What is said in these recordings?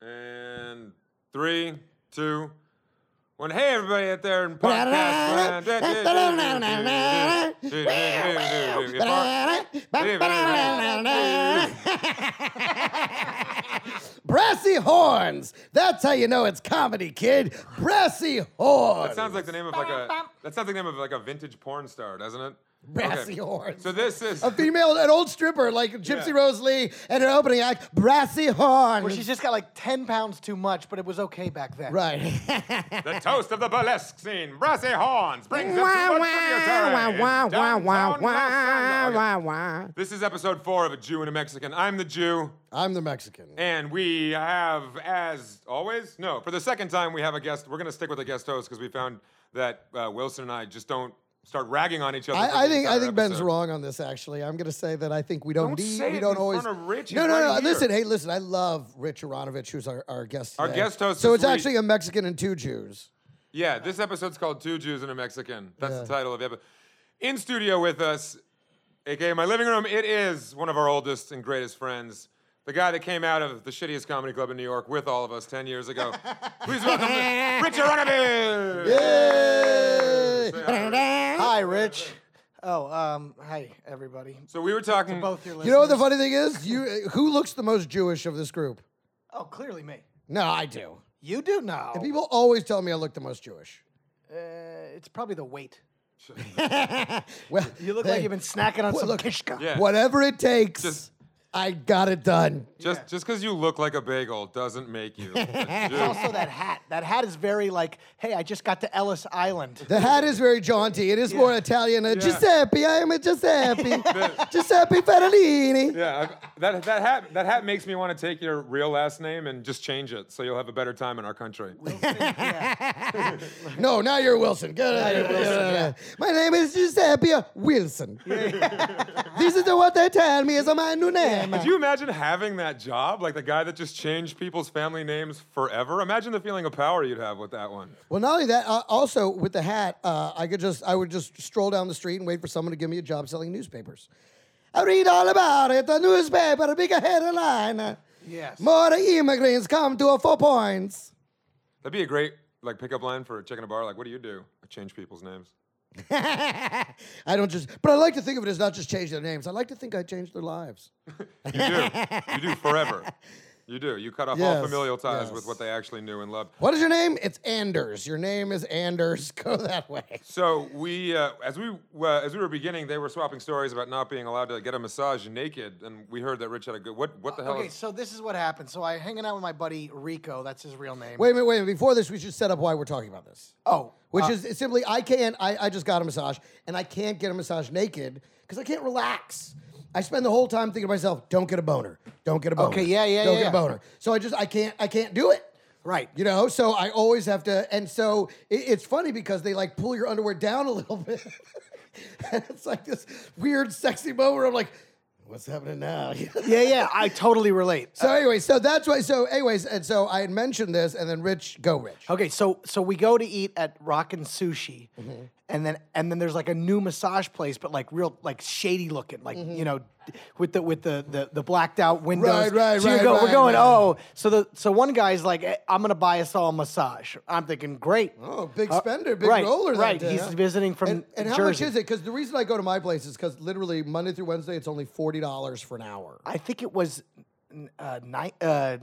And three, two, one. Hey, everybody out there in podcast land. Brassy horns. That's how you know it's comedy, kid. Brassy horns. That sounds like the name of like a. That sounds like the name of like a vintage porn star, doesn't it? Brassy Okay. horns. So this is. a female, an old stripper like Gypsy Yeah. Rose Lee, and her opening act, brassy horns. Where she's just got like 10 pounds too much, but it was okay back then. right. The toast of the burlesque scene, Brassy Horns, brings us Wah, to wah, the tributary wah, in wah, wah, downtown wah, Los Angeles. wah, wah. This is episode four of A Jew and a Mexican. I'm the Jew, I'm the Mexican. and we have, as always, no, for the second time, we have a guest. We're going to stick with a guest host because we found that uh, Wilson and I just don't start ragging on each other. for the I, I think I entire think Ben's episode. wrong on this. Actually, I'm going to say that I think we don't, Don't need say we it don't in always. front of Rich. No, He's no, right no. here. Listen, hey, listen. I love Rich Aronovich, who's our, our guest. Our today. guest host So this it's week- actually a Mexican and two Jews. Yeah, this episode's called Two Jews and a Mexican. That's Yeah. the title of the episode. In studio with us, aka my living room, it is one of our oldest and greatest friends, the guy that came out of the shittiest comedy club in New York with all of us 10 years ago. Please welcome Rich Aronovich! Yay! Say hi. Hi, Rich. Oh, um, hi, everybody. So we were talking. Both your listeners. You know what the funny thing is? You uh, who looks the most Jewish of this group? Oh, clearly me. No, I do. You do know. People always tell me I look the most Jewish. uh, it's probably the weight. Well, You look hey, like you've been snacking on some kishka. Yeah. Whatever it takes, Just- I got it done. Just just because you look like a bagel doesn't make you. a Jew. Also, that hat. That hat is very like, hey, I just got to Ellis Island. The hat is very jaunty. It is more Italian. Uh, Giuseppe, I am a Giuseppe. Giuseppe Ferralini. yeah, I've- that, that, hat, that hat makes me want to take your real last name and just change it so you'll have a better time in our country. No, now you're Wilson. Get out of here, Wilson. My name is Giuseppe Wilson. this is the what they tell me is my new name. Do you imagine having that job? Like the guy that just changed people's family names forever? Imagine the feeling of power you'd have with that one. Well, not only that, uh, also with the hat, uh, I could just I would just stroll down the street and wait for someone to give me a job selling newspapers. I read all about it. The newspaper, big headline. Yes. More immigrants come to a four points. That'd be a great like pickup line for a chicken a bar. Like, what do you do? I change people's names. I don't just, but I like to think of it as not just change their names. I like to think I changed their lives. You do. you do forever. You do. You cut off all Yes, familial ties with yes. what they actually knew and loved. What is your name? It's Anders. Your name is Anders. Go that way. So we, uh, as we uh, as we were beginning, they were swapping stories about not being allowed to get a massage naked, and we heard that Rich had a good. What what the hell? Okay, is, so this is what happened. So I hanging out with my buddy Rico. That's his real name. Wait a minute, wait a minute. Before this, we should set up why we're talking about this. Oh, Which is simply, I can't, I, I just got a massage and I can't get a massage naked because I can't relax. I spend the whole time thinking to myself, don't get a boner. Don't get a boner. Okay, yeah, yeah, Don't get yeah, yeah. a boner. So I just, I can't, I can't do it. right. You know, so I always have to, and so it, it's funny because they like pull your underwear down a little bit, and it's like this weird, sexy moment. Where I'm like, what's happening now? Yeah, yeah. I totally relate. so anyway, so that's why. So anyways, and so I had mentioned this, and then Rich, go Rich. Okay, so so we go to eat at Rockin' Sushi, Mm-hmm. and then and then there's like a new massage place, but like real like shady looking, like you know, d- with the with the the, the blacked out windows. Mm-hmm. Right, right, so you right, go, right, We're going. right. Oh, so the so one guy's like, "Eh, I'm gonna buy us all a massage. I'm thinking, great. Oh, big Uh, spender, big right, roller. that Right, day, he's huh? visiting from And, and how Jersey. much is it? Because the reason I go to my place is because literally Monday through Wednesday, it's only forty dollars for an hour. I think it was n- uh, ni- uh,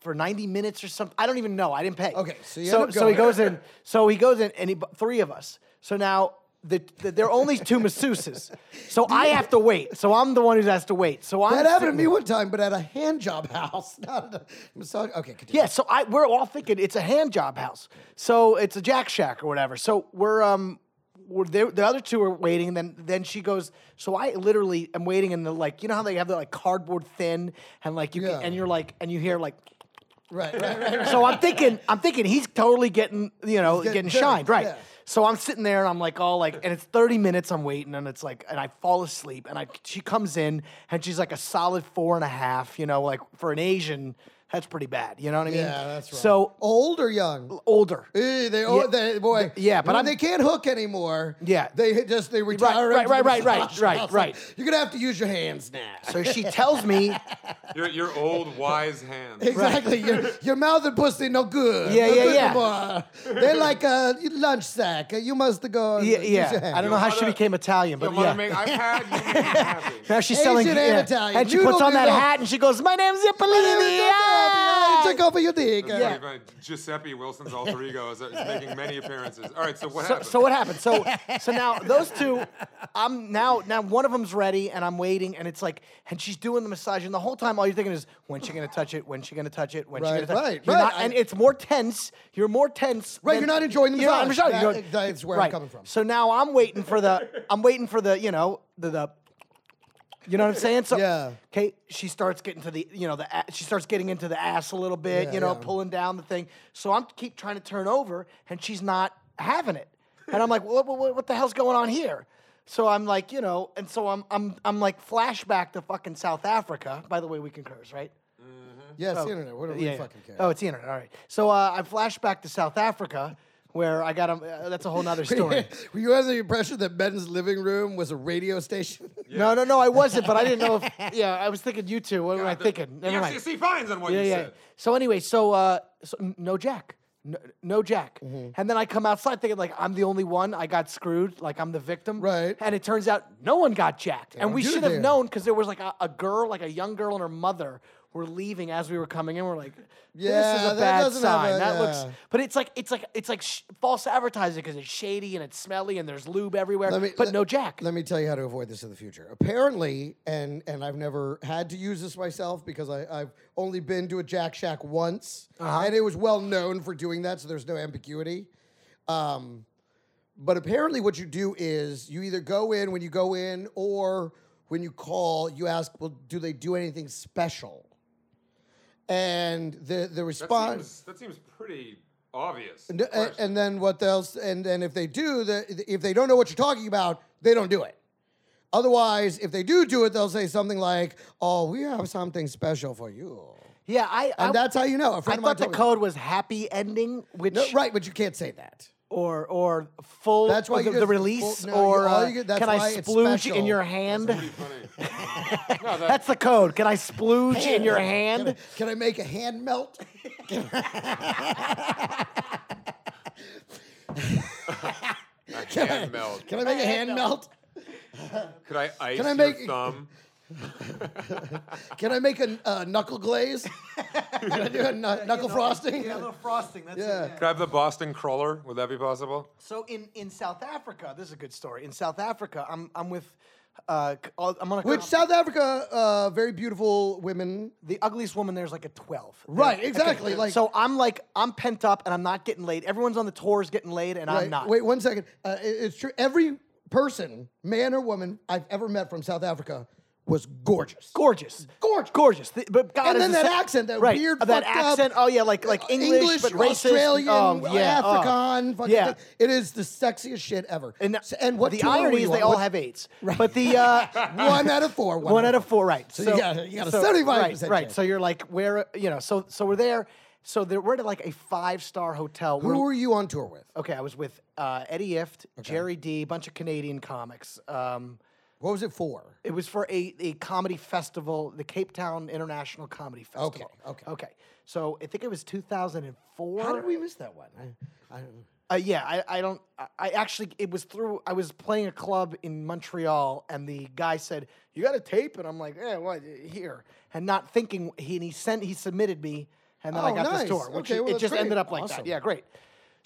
for 90 minutes or something. I don't even know. I didn't pay. Okay, so you so, end up so he going. goes in. So he goes in, and he, bu- three of us. So now the, the, there are only two masseuses. So I have to wait. So I'm the one who has to wait. So I'm That happened to sitting me there. one time, but at a hand job house, not at a massage. Okay, continue. Yeah, so I we're all thinking it's a hand job house. So it's a jack shack or whatever. So we're um we're there, the other two are waiting and then then she goes so I literally am waiting in the like you know how they have the like cardboard thin and like you Yeah. can, and you're like and you hear like Right, right, right, right. so I'm thinking, I'm thinking he's totally getting, you know, getting getting, turned, shined, right? yeah. So I'm sitting there and I'm like, all like, and it's 30 minutes I'm waiting, and it's like, and I fall asleep, and I she comes in and she's like a solid four and a half, you know, like for an Asian. That's pretty bad. You know what I mean? Yeah, that's right. So old or young? older. Eh, they, oh, Yeah. they, boy. Yeah, but when I'm- they can't hook anymore. Yeah. they hit- just they retire. right, into the right, right, right, massage right, house. right. You're gonna have to use your hands now. So she tells me, Your, your old wise hand. Exactly. Your, your mouth and pussy no good. Yeah, no yeah, good yeah. no more. They're like a lunch sack. You must go. and yeah, use your yeah. hand. I don't know how she mother- became Italian, Your but mother yeah. make- I've had you make me happy. now she's Asian selling and yeah. Italian. and she You puts don't on that know. hat and she goes, "My name's You Ippolini." took over your dick. That's pretty funny. Giuseppe Wilson's alter ego is, is making many appearances. All right, so what So, happened? so what happened? So so now those two, I'm now now one of them's ready and I'm waiting and it's like and she's doing the massage and the whole time all you're thinking is when's she gonna touch it? When's she gonna touch it? When's she Right, gonna touch right, it? You're right. not- and I- it's more tense. You're more tense. Right, than- you're not enjoying the you're not massage. enjoying- That- you're- that's where I'm right. coming from. So now I'm waiting for the I'm waiting for the you know the the you know what I'm saying? So Yeah. Okay, she starts getting to the you know the a- she starts getting into the ass a little bit, Yeah, you know, yeah. pulling down the thing. So I'm keep trying to turn over, and she's not having it. And I'm like, what, what, what the hell's going on here? So I'm like, you know, and so I'm I'm I'm like flashback to fucking South Africa. By the way, we can curse, right? Yes, the internet. What do we Oh. Yeah, yeah. fucking care? Oh, it's the internet. All right. So uh, I flash back to South Africa, where I got a. Uh, that's a whole nother story. Were you under the impression that Ben's living room was a radio station? No, no, no, I wasn't, but I didn't know if. Yeah, I was thinking you two. What were I The- thinking? The Never mind. FCC fines on what Yeah, you yeah. said. So anyway, so, uh, so n- no Jack, no, no Jack, Mm-hmm. and then I come outside thinking like I'm the only one. I got screwed. Like I'm the victim. Right. And it turns out no one got jacked, and don't we do should have there. known because there was like a, a girl, like a young girl and her mother were leaving as we were coming in. We're like, this Yeah, is a that bad doesn't have sign. a- that yeah. looks. But it's like it's like it's like sh- false advertising because it's shady and it's smelly and there's lube everywhere. Let me- but let- no Jack. Let me tell you how to avoid this in the future. Apparently, and and I've never had to use this myself because I, I've only been to a Jack Shack once, and it was well known for doing that, so there's no ambiguity. Um, but apparently, what you do is you either go in when you go in, or when you call, you ask, "Well, do they do anything special?" And the the That, response. seems, that seems pretty obvious. uh, And, and, question. and then what else? And then if they do, the, if they don't know what you're talking about, they don't do it. Otherwise, if they do do it, they'll say something like, "Oh, we have something special for you," yeah, I. and I, that's how you know. A I friend of mine thought the told me code was happy ending, which that. No, right, but you can't say that. or or full That's why or you just- the, the full- release no, you- or all uh, you get- that's can I why it's splooge special. in your hand? Pretty funny. no, that, That's the code. Can I splooge in your Can I, hand? can I make a hand melt? a hand meld. Can I make a hand melt? Could I ice I your make- thumb? Can I make a uh, knuckle glaze? can I do a knu- knuckle frosting? Yeah, a little frosting. That's Yeah. it. yeah. Could I have the Boston crawler? Would that be possible? So in, in South Africa, this is a good story. In South Africa, I'm I'm with uh, c- all- I'm gonna Which South Africa, uh, very beautiful women. the ugliest woman there's like a 12. Right, Okay, exactly, like- so I'm like I'm pent up and I'm not getting laid. Everyone's on the tours getting laid and I'm Right. not. Wait one second. Uh, it- it's true. Every person, man or woman, I've ever met from South Africa was gorgeous. Gorgeous, Gorgeous. gorgeous. The- but God, And is then the that sa- accent, that right. weird, uh, that fucked up, uh, accent. oh yeah, like like English, but racist. Australian, oh, yeah, oh. African. fucking yeah. thing. It is the sexiest shit ever. And, S- and what the tour were irony you is they on? all What- have eights. But the uh, one out of four. One, one out of four, right? So you got- you got a so- 75% Right, right. chance. So you're like, where you know? So so we're there. So there, we're at like a fiur star hotel. Who We're- were you on tour with? okay, I was with uh, Eddie Ift, Jerry D, a bunch of Canadian comics. Um, What was it for? it was for a, a comedy festival, the Cape Town International Comedy Festival. Okay, okay. okay. So I think it was 2004. How did we miss that one? I, I don't know. Uh, yeah, I, I don't. I, I actually, it was through. I was playing a club in Montreal, and the guy said, "You got a tape?" And I'm like, "Yeah, what? Here." And not thinking, he and he sent he submitted me, and then I Oh, got nice. this tour, which Okay, it- well, it that's just great. ended up like Awesome. that. Yeah, great.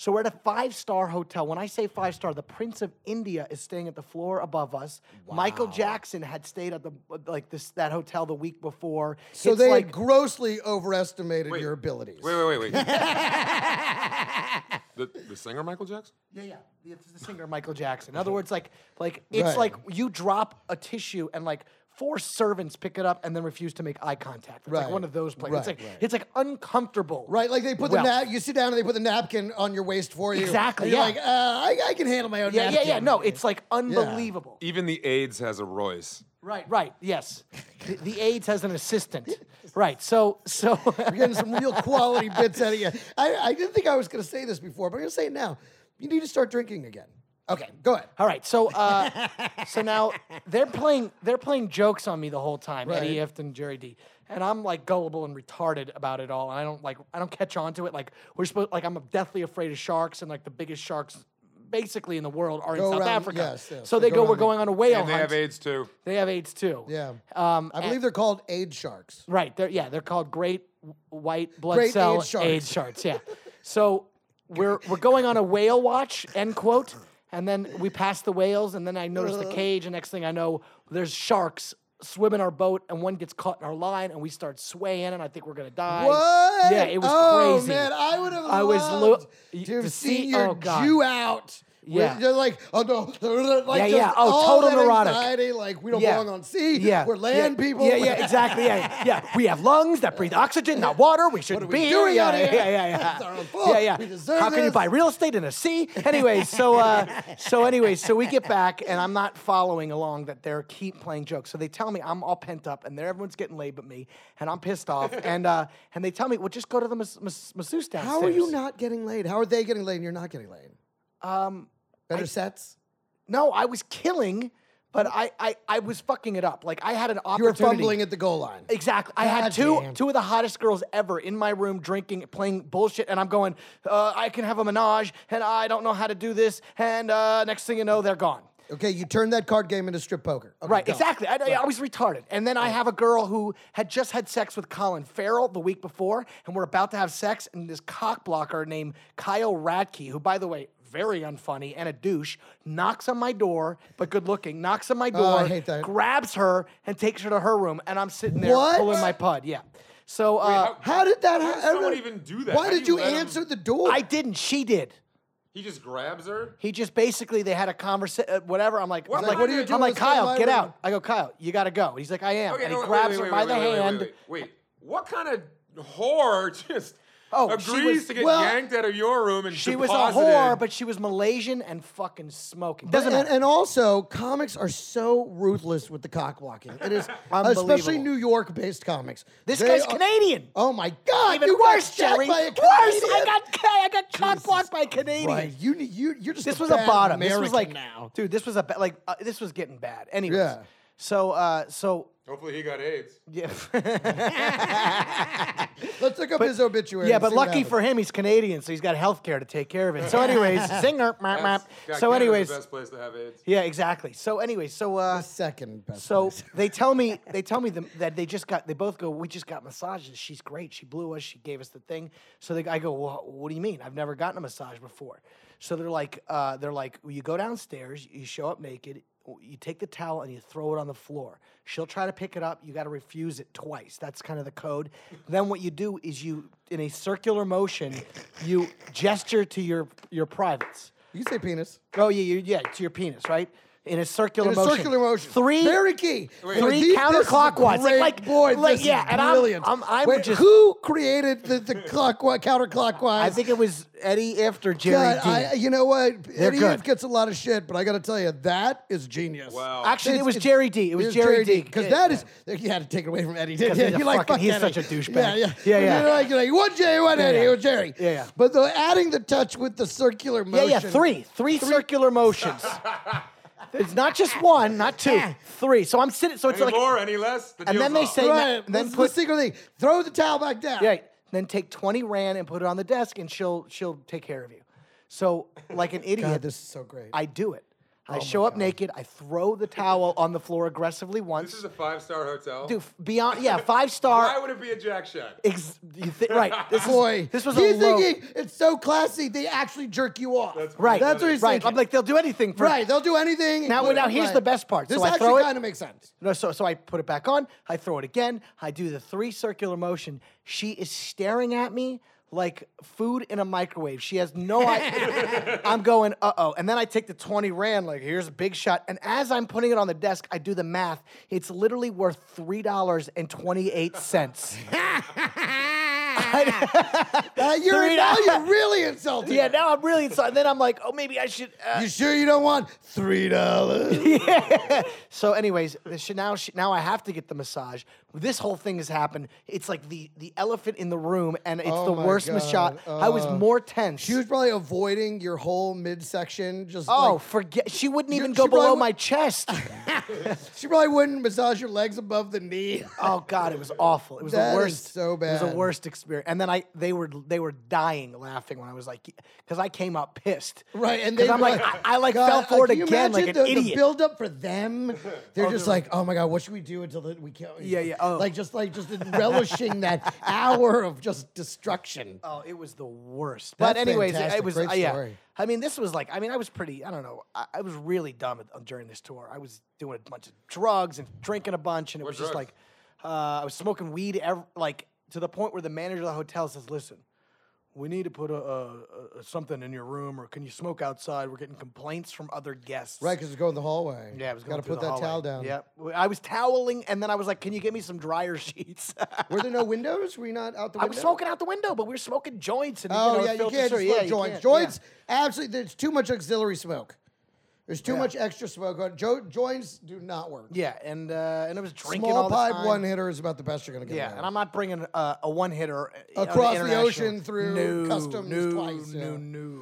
So we're at a five star hotel. When I say five star, the Prince of India is staying at the floor above us. Michael Jackson had stayed at the like this that hotel the week before. So It's they like grossly overestimated your abilities. Wait, wait, wait, wait. the, the singer Michael Jackson? Yeah, yeah. It's the singer Michael Jackson. In other words, like like it's Right. like you drop a tissue and like four servants pick it up and then refuse to make eye contact. It's Right. like one of those places. It's Right. like it's like uncomfortable. Right, like they put the Well- nap. You sit down and they put the napkin on your waist for you. Exactly, And you're yeah. like, uh, I, I can handle my own. Yeah, yeah, napkin. yeah. No, it's like unbelievable. Even the AIDS has a Royce. Right, right. Yes. The, the AIDS has an assistant. Right. So so We're getting some real quality bits out of you. I, I didn't think I was going to say this before, but I'm going to say it now. You need to start drinking again. Okay, go ahead. All right, so uh, so now they're playing they're playing jokes on me the whole time, Eddie Right. Ifton, Jerry D, and I'm like gullible and retarded about it all, and I don't like I don't catch on to it. Like we're supposed like I'm deathly afraid of sharks, and like the biggest sharks basically in the world are Go in South around- Africa. yes, yes, so they they, go go, around we're the- going on a whale And they hunt. have AIDS too. They have AIDS too. Yeah, Um, I believe they're called aid sharks. Right. They're yeah. They're called great w- white blood Great cell AIDS sharks. AIDS sharks. Yeah. so we're we're going on a whale watch. End quote. And then we pass the whales, and then I notice Uh. the cage, and next thing I know, there's sharks swimming our boat, and one gets caught in our line, and we start swaying, and I think we're gonna die. What? Yeah, it was oh, crazy. man, I would have I was lo- loved y- to have to seen see- your oh, God. Jew out. Where Yeah. They're like, oh no, like Yeah, just yeah. Oh, all total that neurotic. anxiety, like we don't Yeah. belong on sea. Yeah, we're land yeah, people. Yeah, yeah, exactly. Yeah, yeah. We have lungs that breathe oxygen, not water. We shouldn't are we be doing here. out yeah, here? yeah, yeah, yeah. It's our own fault. Yeah, yeah. We deserve How can you this. buy real estate in a sea? Anyway, so uh, so anyway, so we get back, and I'm not following along that they're keep playing jokes. So they tell me I'm all pent up, and they're everyone's getting laid but me, and I'm pissed off, and uh, and they tell me, well, just go to the mas- mas- masseuse downstairs. How are you not getting laid? How are they getting laid? and You're not getting laid. Um, Better sets. no, I was killing, but I I, I was fucking it up. Like I had an You were opportunity. fumbling at the goal line. Exactly. I had God two damn. two of the hottest girls ever in my room drinking, playing bullshit, and I'm going, uh, I can have a menage, and I don't know how to do this, and uh, next thing you know, they're gone. Okay, you turned that card game into strip poker. Okay, Right, go. exactly. I, I- I was retarded. And then I have a girl who had just had sex with Colin Farrell the week before, and we're about to have sex, and this cock blocker named Kyle Radke, who, by the way, very unfunny and a douche, knocks on my door, but good looking, knocks on my door, Oh, I hate that. grabs her, and takes her to her room, and I'm sitting there What? pulling my pud. Yeah. So, uh, How did that How did happen? someone even do that? Why How do did you you, let 'em- answer the door? I didn't. She did. He just grabs her. He just basically they had a conversation. Uh, whatever. I'm like, What I'm am I like, gonna do I'm like, with this Kyle, guy get right out. I go, Kyle, you gotta go. He's like, I am. and he no, wait, grabs wait, her wait, by wait, the wait, wait, hand. Wait, wait, wait. what kind of whore just Oh, she agrees was- to get well, yanked out of your room and She was a deposited? whore, but she was Malaysian and fucking smoking. Doesn't and, matter. and also, comics are so ruthless with the cock blocking. It is especially Unbelievable. New York based comics. This They guy's are- Canadian. Oh my god! Even you got worse, jacked Jerry. by a Worse. I Canadian. got ca- I got cock blocked by a Canadian. Right, you need- you you're just This a was a bad bottom. American this was like now. dude. This was a ba- like uh, this was getting bad. Anyways, Yeah. so uh, so Hopefully, he got AIDS. yeah. Let's look up his obituary. Yeah, and but see what lucky for happened. him, he's Canadian, so he's got health care to take care of it. So, anyways, singer, map, That's- map. God, So, Canada's anyways, the best place to have AIDS. yeah, exactly. So, anyways, so uh, second best. so place. they tell me they tell me them, that they just got they both go. We just got massages. She's great. She blew us. She gave us the thing. So they, I go. Well, what do you mean? I've never gotten a massage before. So they're like, uh, they're like, well, you go downstairs. You show up naked. w- You take the towel and you throw it on the floor. She'll try to pick it up. You got to refuse it twice. That's kind of the code. Then what you do is you, in a circular motion, you gesture to your your privates. you say penis. Oh yeah, you, yeah, to your penis, right? In a circular In a motion. circular motion. Three Very key. Wait. three These- this is a counterclockwise. great- Like, like, boy, like, this yeah, is and I'm- brilliant. I'm, I'm, Wait, just. who created the, the clockwise, counterclockwise? I think it was Eddie after Jerry God, D. I, you know what? Eddie good. F gets a lot of shit, but I got to tell you, that is genius. Wow. Actually, It's- it was it's- Jerry D. It was Jerry, D. Because It- that is, you had to take it away from Eddie. didn't 'Cause you? he's a You're like, fucking- fuck he's Eddie. such a douchebag. Yeah, yeah. Yeah, yeah. You're like, you're like, one Jerry, one Eddie, yeah. one Jerry. Yeah, yeah. But the, adding the touch with the circular Yeah, motion. yeah, three, three circular motions. it's not just one, not two, three. So I'm sitting. So it's Any like, more? Any less? The and deal's then they off. say- Right. Then Then this put- is the secret thing. Throw the towel back down. Yeah. Then take twenty rand and put it on the desk, and she'll she'll take care of you. So like an idiot, God, this Oh is so great. I do it. I show up naked. I throw the towel on the floor aggressively once. this is a five-star hotel. Dude, f- beyond yeah, five star. Why would it be a Jack Shack? Ex- you thi- right. This is- Boy, this was a he's low. thinking it's so classy they actually jerk you off. That's right. That's what he's right. thinking. I'm like, they'll do anything for right, they'll do anything. Now- including- now here's right. the best part. This So I actually throw it- kind of makes sense. No, so so I put it back on. I throw it again. I do the three circular motion. She is staring at me like food in a microwave. She has no idea. I'm going, uh oh. And then I take the 20 Rand, like, here's a big shot. And as I'm putting it on the desk, I do the math. It's literally worth $3.28. Uh, you're, Three now dollars. you're really insulting. yeah, now I'm really inside. Then I'm like, oh, maybe I should. Uh. You sure you don't want three dollars? So, anyways, the sh- now she, now I have to get the massage. This whole thing has happened. It's like the the elephant in the room, and it's Oh the my worst massage. God, I was uh, more tense. She was probably avoiding your whole midsection. Just oh, like, forget. She wouldn't even she go probably below would- my chest. she probably wouldn't massage your legs above the knee. Oh God, it was awful. It was That the is worst. so It was bad. the worst experience. And then I, they were, they were dying laughing when I was like, because I came out pissed. Right, and 'Cause they I'm like, I, I like God, fell uh, forward can you again like an imagine the, idiot. The build up for them, they're just like, oh my god, what should we do until the, we kill? Yeah, yeah, oh. Like just like just relishing that hour of just destruction. oh, it was the worst. but That's anyways, it- fantastic. it was Great uh, yeah. story. I mean, this was like, I mean, I was pretty. I don't know. I, I was really dumb at- uh, during this tour. I was doing a bunch of drugs and drinking a bunch, and it was just drugs? like, uh, I was smoking weed, ev- like to the point where the manager of the hotel says, "Listen." we need to put a, a, a something in your room, or can you smoke outside? We're getting complaints from other guests. Right, because it's going the hallway. Yeah, I was going gotta through put the that towel down. hallway. Yep. Well, I was toweling, and then I was like, "Can you get me some dryer sheets?" Were there no windows? Were you not out the window? I was smoking out the window, but we were smoking joints, and Oh you know, yeah, you filters can't through- just yeah, smoke you joints. can't, yeah. Joints, absolutely. There's too much auxiliary smoke. There's too much extra smoke on jo- joints. Do not work. Yeah, and uh, and I was drinking all Small the pipe time. one hitter is about the best you're gonna get. Yeah, away and with. I'm not bringing uh, a one hitter Across the ocean through customs no, twice, yeah. No, no,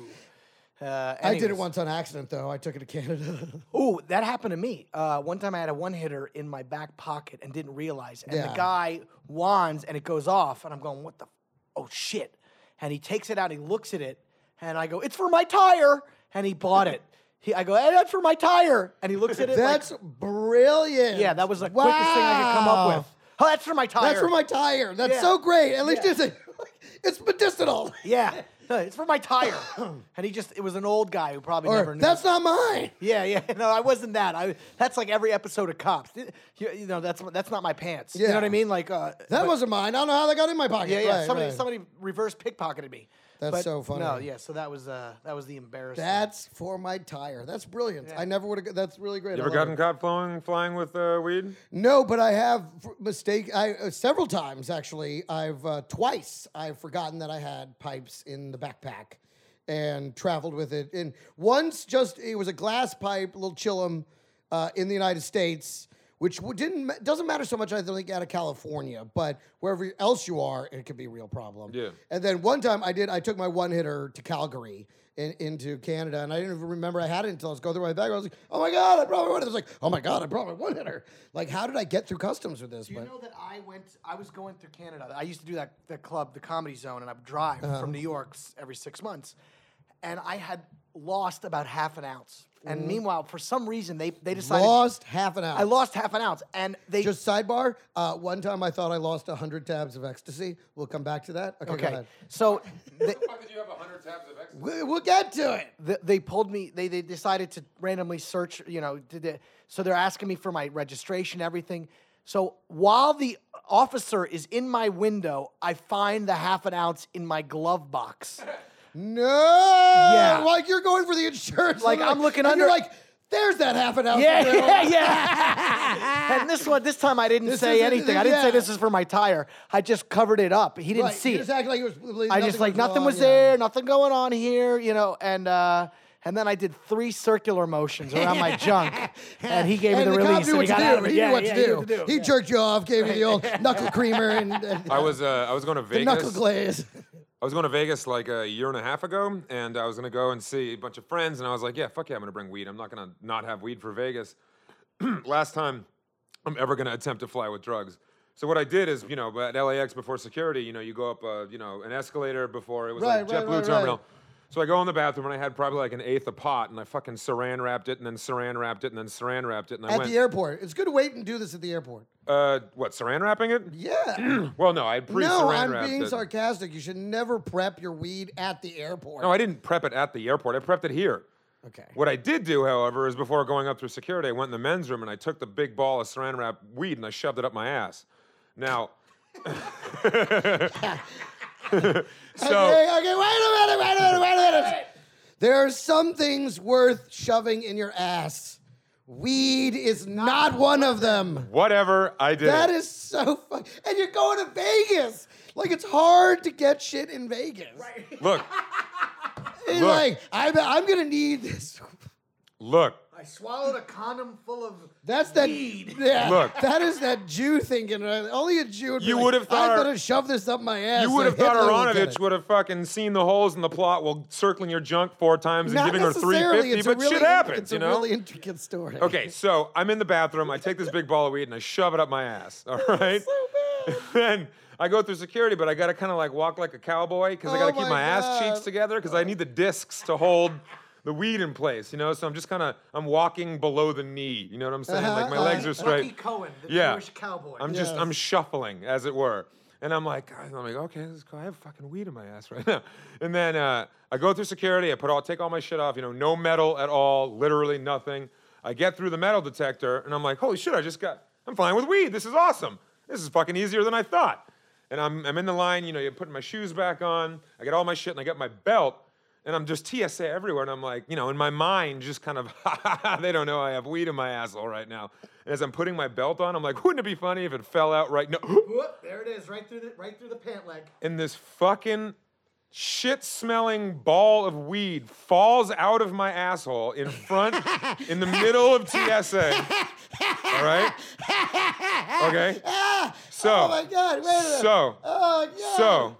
Uh, I did it anyways. once on accident though. I took it to Canada. Ooh, that happened to me. Uh, one time I had a one hitter in my back pocket and didn't realize. And Yeah. the guy wands and it goes off. And I'm going, what the? f- Oh, shit. And he takes it out, he looks at it, and I go, it's for my tire. And he bought it. He, I go, hey, that's for my tire. And he looks at it. That's like, brilliant. yeah, that was the quickest thing I could come Wow. up with. Oh, that's for my tire. That's for my tire. That's Yeah. so great. At least Yeah. it's a, it's medicinal. Yeah, no, it's for my tire. and he just, it was an old guy who probably never Or, knew. that's not mine. Yeah, yeah. No, I wasn't that. I that's like every episode of Cops. You, you know, that's that's not my pants. You know what Yeah. I mean? Like uh, That but- wasn't mine. I don't know how that got in my pocket. yeah, yeah. Right, somebody right. somebody reverse pickpocketed me. That's so funny. No, yeah. So that was uh that was the embarrassing. That's for my tire. That's brilliant. I never would have. That's really great. You I ever love gotten it. caught flying, flying with uh, weed? No, but I have f- mistake. I uh, several times actually. I've uh, twice. I've forgotten that I had pipes in the backpack, and traveled with it. And once, just it was a glass pipe, a little chillum, uh, in the United States, which w- didn't ma- doesn't matter so much. I think out of California, but wherever else you are, it could be a real problem. Yeah. And then one time I did, I took my one hitter to Calgary in, into Canada, and I didn't even remember I had it until I was going through my bag. I was like, oh my God, I brought my one hitter. I was like, oh my God, I brought my one hitter. Like, how did I get through customs with this? Do you But know that I went? I was going through Canada. I used to do that the club, the Comedy Zone, and I would drive Uh-huh. from New York s- every six months, and I had lost about half an ounce. And meanwhile, for some reason, they they decided lost half an hour. I lost half an ounce, and they Just sidebar, uh, one time I thought I lost 100 tabs of ecstasy. We'll come back to that. Okay, go Okay, ahead. so they, Why did you have 100 tabs of ecstasy? We, we'll get to it. th- they pulled me. They they decided to randomly search. You know, did they, so they're asking me for my registration, everything. So while the officer is in my window, I find the half an ounce in my glove box. No! Yeah. Like, you're going for the insurance. Like, and I'm looking and You're under- like, there's that half an hour. Yeah, yeah, yeah. and this one, this time I didn't This say isn't- anything. I didn't yeah. say this is for my tire. I just covered it up. He didn't Right, see you it. just act like it was. I just like going nothing on, was yeah. there, nothing going on here, you know, and uh and then I did three circular motions around my junk, and he gave and me the, the cop release. knew and what he to got out do. of it. He yeah, knew what yeah, to he knew do. He jerked you off, gave you the old knuckle creamer and, and I was uh, I was going to Vegas. knuckle glaze. I was going to Vegas like a year and a half ago, and I was going to go and see a bunch of friends, and I was like, yeah, fuck yeah, I'm going to bring weed. I'm not going to not have weed for Vegas. Last time I'm ever going to attempt to fly with drugs. So what I did is, you know, at LAX before security, you know, you go up, uh, you know, an escalator before it was Right, like right, JetBlue right, right. terminal. So I go in the bathroom and I had probably like an eighth of pot, and I fucking saran wrapped it, and then saran wrapped it, and then saran wrapped it, and I At went, the airport. It's good to wait and do this at the airport. uh, what saran wrapping it? Yeah. Well, no, I had pre no, saran I'm wrapped being it. sarcastic. You should never prep your weed at the airport. No, I didn't prep it at the airport. I prepped it here. okay. What I did do, however, is before going up through security, I went in the men's room and I took the big ball of saran wrap weed and I shoved it up my ass. Now, so, okay, okay, wait a minute, wait a minute, wait a minute. There are some things worth shoving in your ass. Weed is not, one of them. whatever, I did. That it. is so fun. And you're going to Vegas. Like, it's hard to get shit in Vegas. Right. Look, It's Look. like, I'm, I'm going to need this. look, I swallowed a condom full of. That's that. Yeah, Look. That is that Jew thinking. right? Only a Jew would be You like, would have thought I'm our- going to shove this up my ass. you would have like thought Hitler will get Aronovich it." would have fucking seen the holes in the plot while circling your junk four times and Not giving her necessarily. 350, It's a but really, shit happens, It's you a know? really intricate story. Okay, so I'm in the bathroom. I take this big ball of weed and I shove it up my ass. All right. so bad. then I go through security, but I gotta kind of like walk like a cowboy because I Oh gotta keep my my ass cheeks God. together because I need the discs to hold the weed in place. You know, so I'm just kind of I'm walking below the knee. You know what I'm saying? Like my Uh-huh, legs are Lucky straight. Cohen, the Yeah. Jewish cowboy. I'm just I'm shuffling, as it were. And I'm like, God, I'm like, okay, this is cool. I have fucking weed in my ass right now. And then uh, I go through security. I put all, take all my shit off. You know, no metal at all. Literally nothing. I get through the metal detector, and I'm like, holy shit! I just got. I'm flying with weed. This is awesome. This is fucking easier than I thought. And I'm I'm in the line. You know, you're putting my shoes back on. I get all my shit, and I get my belt and I'm just TSA everywhere. And I'm like, you know, in my mind, just kind of, they don't know I have weed in my asshole right now. And as I'm putting my belt on, I'm like, wouldn't it be funny if it fell out right now? Whoop, there it is, right through the right through the pant leg. and this fucking shit smelling ball of weed falls out of my asshole in front, in the middle of TSA. All right? Okay? So, oh my God! Wait a minute. so, oh God. so,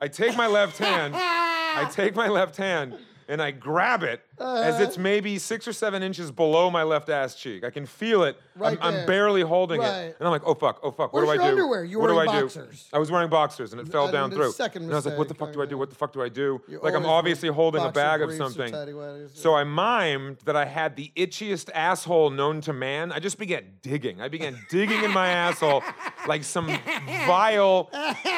I take my left hand, I take my left hand, and I grab it as it's maybe six or seven inches below my left ass cheek. I can feel it. Right I'm, there. I'm barely holding Right. it, and I'm like, oh fuck, oh fuck. What do I Where's do? your underwear? You what were do in I boxers. do? I was wearing boxers, and it fell I down did a through. second and I was like, what the mistake. fuck do I do? What the fuck do I do? You like I'm always wear obviously holding a boxer bag of briefs or something. tidy whities, yeah. So I mimed that I had the itchiest asshole known to man. I just began digging. I began digging in my asshole like some vile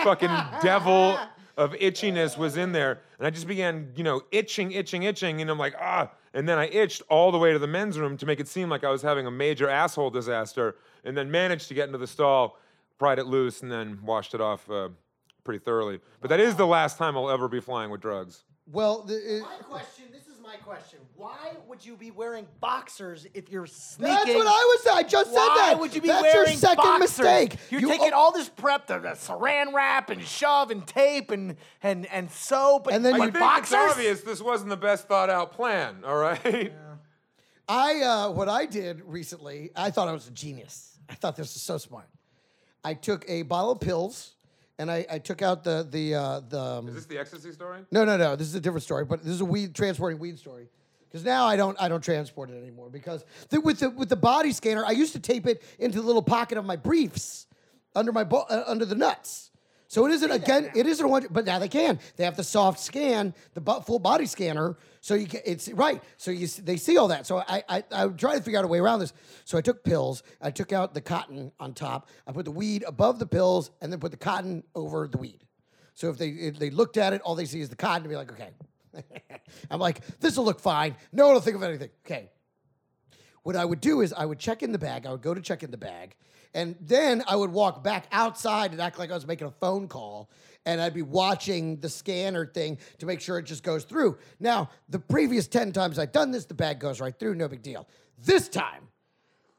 fucking devil of itchiness was in there. And I just began, you know, itching, itching, itching. And I'm like, ah. And then I itched all the way to the men's room to make it seem like I was having a major asshole disaster. And then managed to get into the stall, pried it loose, and then washed it off uh, pretty thoroughly. But that is the last time I'll ever be flying with drugs. Well, the, it, My question. This is my question. Why would you be wearing boxers if you're sneaking? that's what I was. I just Why said that. would you be that's wearing your second boxers? mistake. You're You taking o- all this prep, the, the saran wrap and shove and tape and and and soap and, And then I you- like think boxers. it's obvious this wasn't the best thought out plan, all right? I uh, what I did recently, I thought I was a genius. I thought this was so smart. I took a bottle of pills, and I, I took out the the uh, the. um, Is this the ecstasy story? No, no, no. This is a different story, but this is a weed transporting weed story. Because now I don't I don't transport it anymore because the, with the with the body scanner I used to tape it into the little pocket of my briefs under my bo- uh, under the nuts. So it isn't again it isn't a one but now they can they have the soft scan the bo- full body scanner so you can, it's right so you s- they see all that so I I I tried to figure out a way around this so I took pills I took out the cotton on top I put the weed above the pills and then put the cotton over the weed. So if they if they looked at it, all they see is the cotton to be like, okay. I'm like, this will look fine. No one will think of anything. Okay. What I would do is I would check in the bag. I would go to check in the bag, and then I would walk back outside and act like I was making a phone call, and I'd be watching the scanner thing to make sure it just goes through. Now, the previous ten times I'd done this, the bag goes right through, no big deal. This time,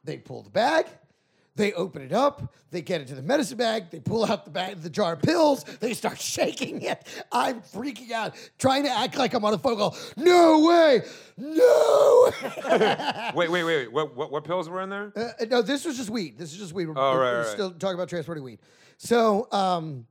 they pull the bag, they open it up, they get into the medicine bag, they pull out the bag, the jar of pills, they start shaking it. I'm freaking out, trying to act like I'm on a phone call. No way, no. Wait, wait, wait, wait. What, what, what pills were in there? Uh, no, this was just weed. This is just weed. We're, Oh, we're- right, we're right. still talking about transporting weed. So um,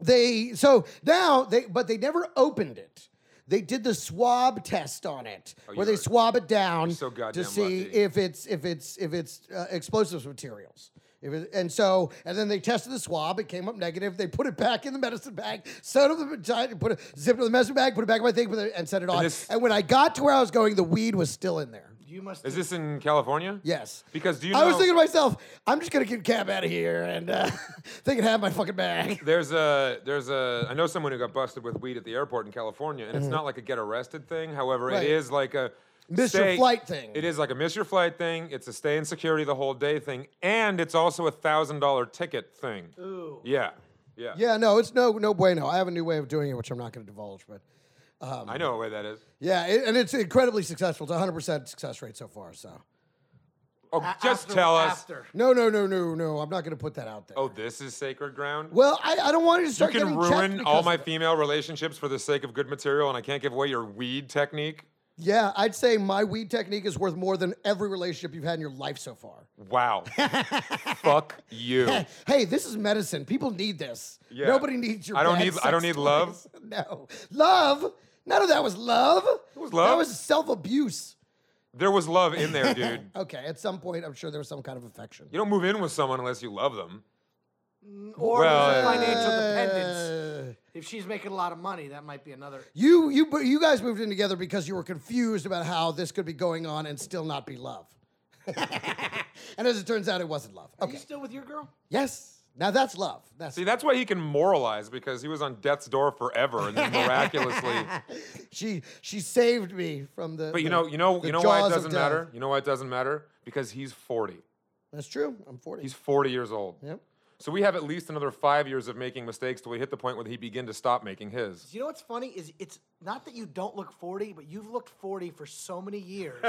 they so now they but they never opened it. They did the swab test on it, where they you're- swab it down Oh, so to goddamn see lucky. if it's if it's if it's uh, explosives materials. If it, and so and then they tested the swab. It came up negative. They put it back in the medicine bag, sewed up the vagina, put it zipped it in the medicine bag, put it back in my thing, put it, and set it on. this- and when I got to where I was going, the weed was still in there. You must. Is this in California? Yes. Because do you I was know- thinking to myself, I'm just gonna get cab out of here and uh, they can have my fucking bag. There's a there's a I know someone who got busted with weed at the airport in California, and it's not like a get arrested thing. However, Mm-hmm. Right. it is like a Miss your stay- flight thing. It is like a miss your flight thing. It's a stay in security the whole day thing, and it's also a thousand dollar ticket thing. Ooh. Yeah, yeah. Yeah, no, it's no no bueno. I have a new way of doing it, which I'm not going to divulge, but I know what way that is. yeah, it, and it's incredibly successful. It's 100 percent success rate so far. So Oh, just tell us. no, no, no, no, no. I'm not going to put that out there. Oh, this is sacred ground. Well, I, I don't want you to you start can getting checked ruin all because my of it. female relationships for the sake of good material, and I can't give away your weed technique. yeah, I'd say my weed technique is worth more than every relationship you've had in your life so far. Wow. Fuck you. Hey, this is medicine. People need this. Yeah. Nobody needs your. I don't bad need- I sex don't need toys. love. No love. None of that was love. It was love. That was self abuse. There was love in there, dude. Okay, at some point, I'm sure there was some kind of affection. You don't move in with someone unless you love them. Or Well, financial dependence. Uh, If she's making a lot of money, that might be another. You you but you guys moved in together because you were confused about how this could be going on and still not be love. and as it turns out, it wasn't love. Are Okay. you still with your girl? Yes. Now that's love. That's See, that's why he can moralize because he was on death's door forever, and then miraculously. she she saved me from the. But you know, you know, the you know why it jaws of doesn't death. matter. You know why it doesn't matter because he's forty. That's true. I'm 40. He's forty years old. Yep. So we have at least another five years of making mistakes till we hit the point where he begin to stop making his. You know what's funny is it's not that you don't look 40, but you've looked 40 for so many years.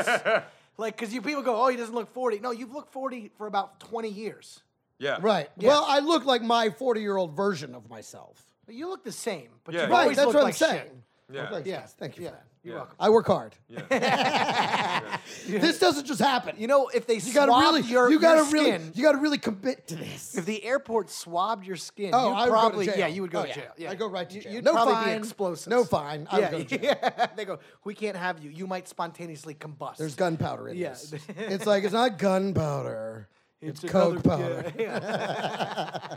like, because you people go, oh, he doesn't look 40. No, you've looked 40 for about 20 years. Yeah. right. Well, I look like my 40 year old version of myself. But you look the same. But Yeah, you've yeah. Right. always That's looked what I'm like saying. shit. Yeah. Thanks, Yeah. guys. Thank you Yeah. for that. You're Yeah. welcome. I work hard. Yeah. This doesn't just happen. You know, if they you gotta swabbed really, your, you gotta your really, skin, you gotta really commit to this. if the airport swabbed your skin, Oh, you I would probably go to yeah, jail. you would go Oh, to jail. Yeah. I'd go right to You- jail. You'd no probably fine. be explosives. No fine. I yeah, would go to jail. yeah. they go, we can't have you. You might spontaneously combust. There's gunpowder in Yeah. this. it's like it's not gunpowder. It's, coke another- powder. yeah, yeah.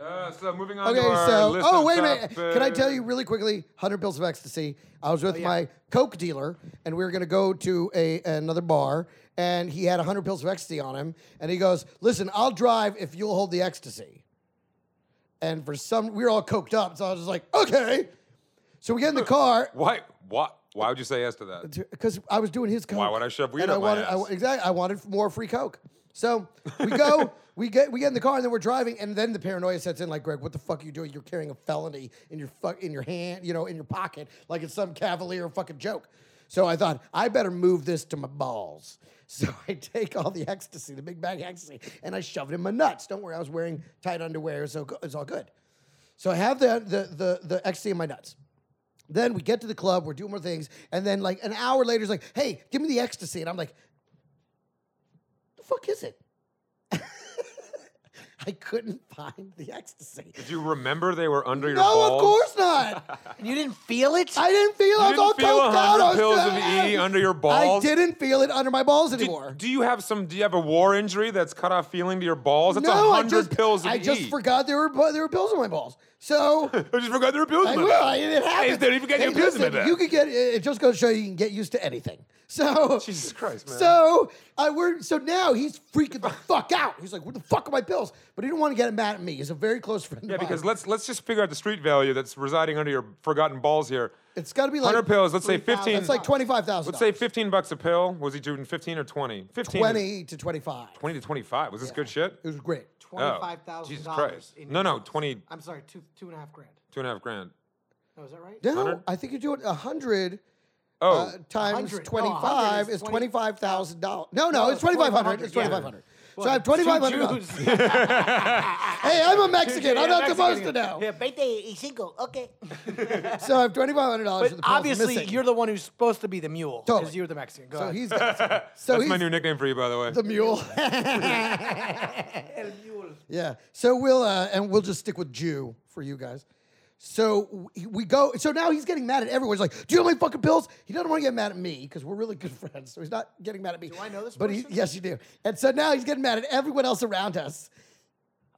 Uh, so moving on. Okay, to our so list oh of wait a top, minute. Can I tell uh, you really quickly? Hundred pills of ecstasy. I was Oh, with yeah. my coke dealer, and we were gonna go to a another bar, and he had hundred pills of ecstasy on him, and he goes, "Listen, I'll drive if you'll hold the ecstasy." And for some, we were all coked up, so I was just like, "Okay." So we get in the car, Why? What? Why would you say yes to that? because I was doing his coke. would I shove weed and up I my wanted, I ass? wa- exactly. I wanted more free coke. So we go, we get, we get in the car, and then we're driving, and then the paranoia sets in. Like, Greg, what the fuck are you doing? You're carrying a felony in your fuck in your hand, you know, in your pocket, like it's some cavalier fucking joke. So I thought I better move this to my balls. So I take all the ecstasy, the big bag of ecstasy, and I shove it in my nuts. Don't worry, I was wearing tight underwear, so go- it's all good. So I have the the the, the ecstasy in my nuts. Then we get to the club, we're doing more things, and then like an hour later, he's like, "Hey, give me the ecstasy," and I'm like, "The fuck is it?" I couldn't find the ecstasy. Did you remember they were under your No, balls? of course not. You didn't feel it? I didn't feel. I was didn't all feel coked out. I 100 was pills just- of E under your I balls? didn't feel it under my balls Do- anymore. Do you have some? Do you have a war injury that's cut off feeling to your balls? That's a no, I hundred just pills of I just E. forgot there were bu- there were pills in my balls. So I just forgot there were pills. I in my will. mouth. I- It Hey, happens. dude, you forgot Hey, your pills in my listen, mouth. You can get. It just goes to show you can get used to anything. So Jesus Christ, man. So I we're so now he's freaking the fuck out. He's like, "Where the fuck are my pills?" But he didn't want to get mad at me. He's a very close friend. Yeah, because let's let's just figure out the street value that's residing under your forgotten balls here. it's got to be like Hundred pills. Let's say 3,000. fifteen. It's like twenty five thousand. Let's say fifteen bucks a pill. Was he doing fifteen or twenty? Fifteen. to- twenty to twenty five. 20 to twenty-five. Was this good shit? It was great. Twenty-five thousand Jesus dollars. Christ. in No, your no, house. 20 I'm sorry, two two and a half grand. Two and a half grand. No, is that right? No, 100? I think you do it a hundred. Oh, Uh, times 100. No, 25 100 is is 20 $25,000. No, no, it's 2500, 2500 It's yeah. 2500 So Well, I have two 2500 Jews. Hey, I'm a Mexican. I'm Yeah, not Mexican. supposed to know. Yeah, 25 okay. So I have twenty five hundred dollars. But obviously, you're the one who's supposed to be the mule because Totally. you're the Mexican. Go so ahead. he's got some. so that's he's my new nickname for you, by the way. the mule. yeah. So we'll uh, and we'll just stick with Jew for you guys. So we- we go. So now he's getting mad at everyone. He's like, "Do you have my fucking pills?" He doesn't want to get mad at me because we're really good friends. So he's not getting mad at me. Do I know this But he, person? yes, you do. And so now he's getting mad at everyone else around us.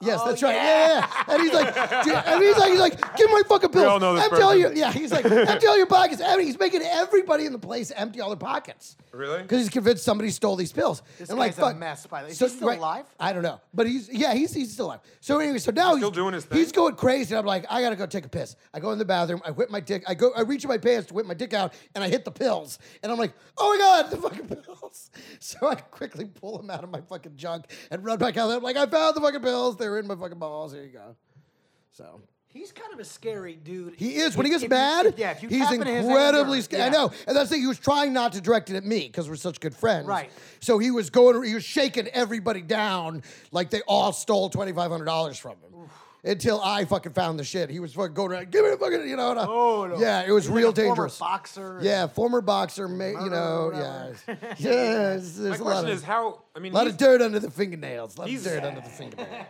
Yes, Oh, that's right. Yeah, yeah. yeah. And he's like, dude, and he's like, he's like, give my fucking bills. all know this empty all person. your, yeah. He's like, empty all your pockets. And he's making everybody in the place empty all their pockets. Really? Because he's convinced somebody stole these pills. This I'm like, guy's a fuck. mess, by the way. Is he still alive? I don't know, but he's yeah, he's he's still alive. So anyway, so now he's, still doing his thing? he's going crazy. And I'm like, I gotta go take a piss. I go in the bathroom. I whip my dick. I go. I reach in my pants to whip my dick out, and I hit the pills. And I'm like, oh my god, the fucking pills. So I quickly pull them out of my fucking junk and run back out. there. I'm like, I found the fucking pills. They were in my fucking balls. Here you go. So. He's kind of a scary dude. He is. When he gets If- if you- mad, yeah, if you he's tap into his incredibly anger, scared. I yeah. know. And that's the thing. He was trying not to direct it at me because we're such good friends. Right. So he was going, he was shaking everybody down like they all stole $2,500 from him. Until I fucking found the shit. He was fucking going around, give me the fucking, you know. And I, Oh, no. Yeah, it was He's like real a former dangerous. boxer. Yeah, former boxer, ma- you know, yeah. whatever. Yes, there's My a lot question of, is how. I mean, lot he's, of dirt under the fingernails. A lot of he's- dirt under the fingernails.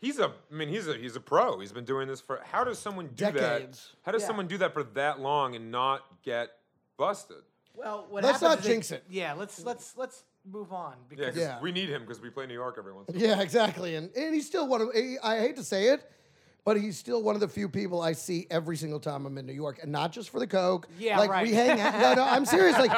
he's a. I mean, he's a he's a pro. He's been doing this for. How does someone do Decades. that? How does Yeah. someone do that for that long and not get busted? Well, what Let's happens not is they- jinx it. Yeah, let's let's let's move on Yeah, 'cause because Yeah. we need him because we play New York every once. in a Yeah, exactly. And and he's still one of I- I hate to say it, but he's still one of the few people I see every single time I'm in New York, and not just for the coke. Yeah, like right. we hang out. No, no, I'm serious. Like,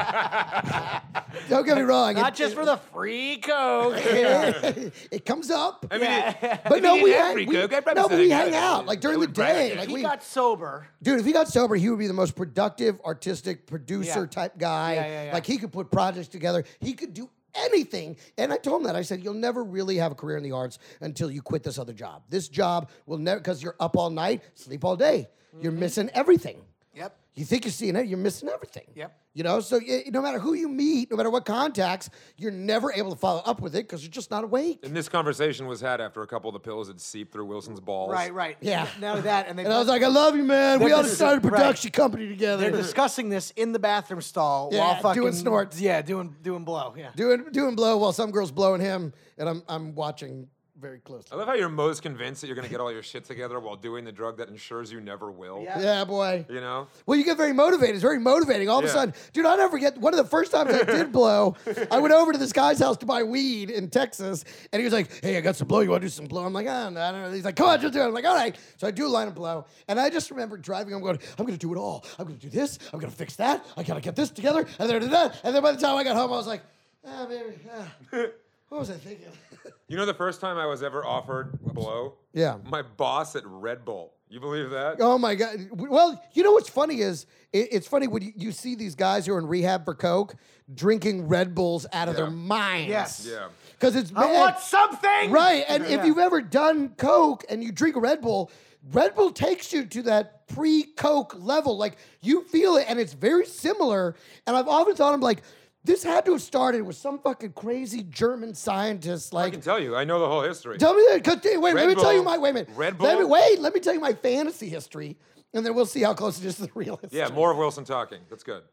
don't get me wrong. not it, just for the free coke. it, it comes up. I mean, it- but no, you we need hang, every we, coke, I promise no, but I we got hang it. out like during the Don't brag. day. If Like he we, got sober. dude, if he got sober, he would be the most productive, artistic producer Yeah. type guy. Yeah, yeah, yeah. Like he could put projects together. He could do anything. And I told him that I said, "You'll never really have a career in the arts until you quit this other job. This job will never because you're up all night, sleep all day. You're Mm-hmm. missing everything. Yep. You think you're seeing it, you're missing everything. Yep. You know, so y no matter who you meet, no matter what contacts, you're never able to follow up with it because you're just not awake. And this conversation was had after a couple of the pills had seeped through Wilson's balls. Right, right. Yeah. Now that and they And I was like, I love you, man. We They're ought to just- start a right. production company together. they're discussing this in the bathroom stall Yeah, while fucking doing snorts. Yeah, doing doing blow. Yeah. doing doing blow while some girl's blowing him, and I'm I'm watching very I closely. love how you're most convinced that you're gonna get all your shit together while doing the drug that ensures you never will. Yeah. Yeah, boy. You know? Well, you get very motivated. It's very motivating. All of a Yeah. sudden, dude, I'll never forget one of the first times I did blow. I went over to this guy's house to buy weed in Texas, and he was like, "Hey, I got some blow. You want to do some blow?" I'm like, "I don't know." I don't know. He's like, "Come on, just do it." I'm like, "All right." So I do a line of blow, and I just remember driving. I'm going, "I'm going to do it all. I'm going to do this. I'm going to fix that. I gotta get this together." And then, and then by the time I got home, I was like, "Ah, maybe. ah, what was I thinking?" You know the first time I was ever offered blow? Yeah. My boss at Red Bull. You believe that? Oh my god! Well, you know what's funny is it, it's funny when you, you see these guys who are in rehab for coke drinking Red Bulls out of Yeah. their minds. Yes. Yeah. because it's I bad. want something. right. And if Yeah. you've ever done coke and you drink a Red Bull, Red Bull takes you to that pre-coke level. Like you feel it, and it's very similar. And I've often thought I'm like. This had to have started with some fucking crazy German scientist, I like can tell you, I know the whole history. Tell me that. 'cause- Wait, let Red me tell you Bull. my wait a minute. Red Let me, Bull. wait, let me tell you my fantasy history, and then we'll see how close it is to the real history. yeah, more of Wilson talking. That's good.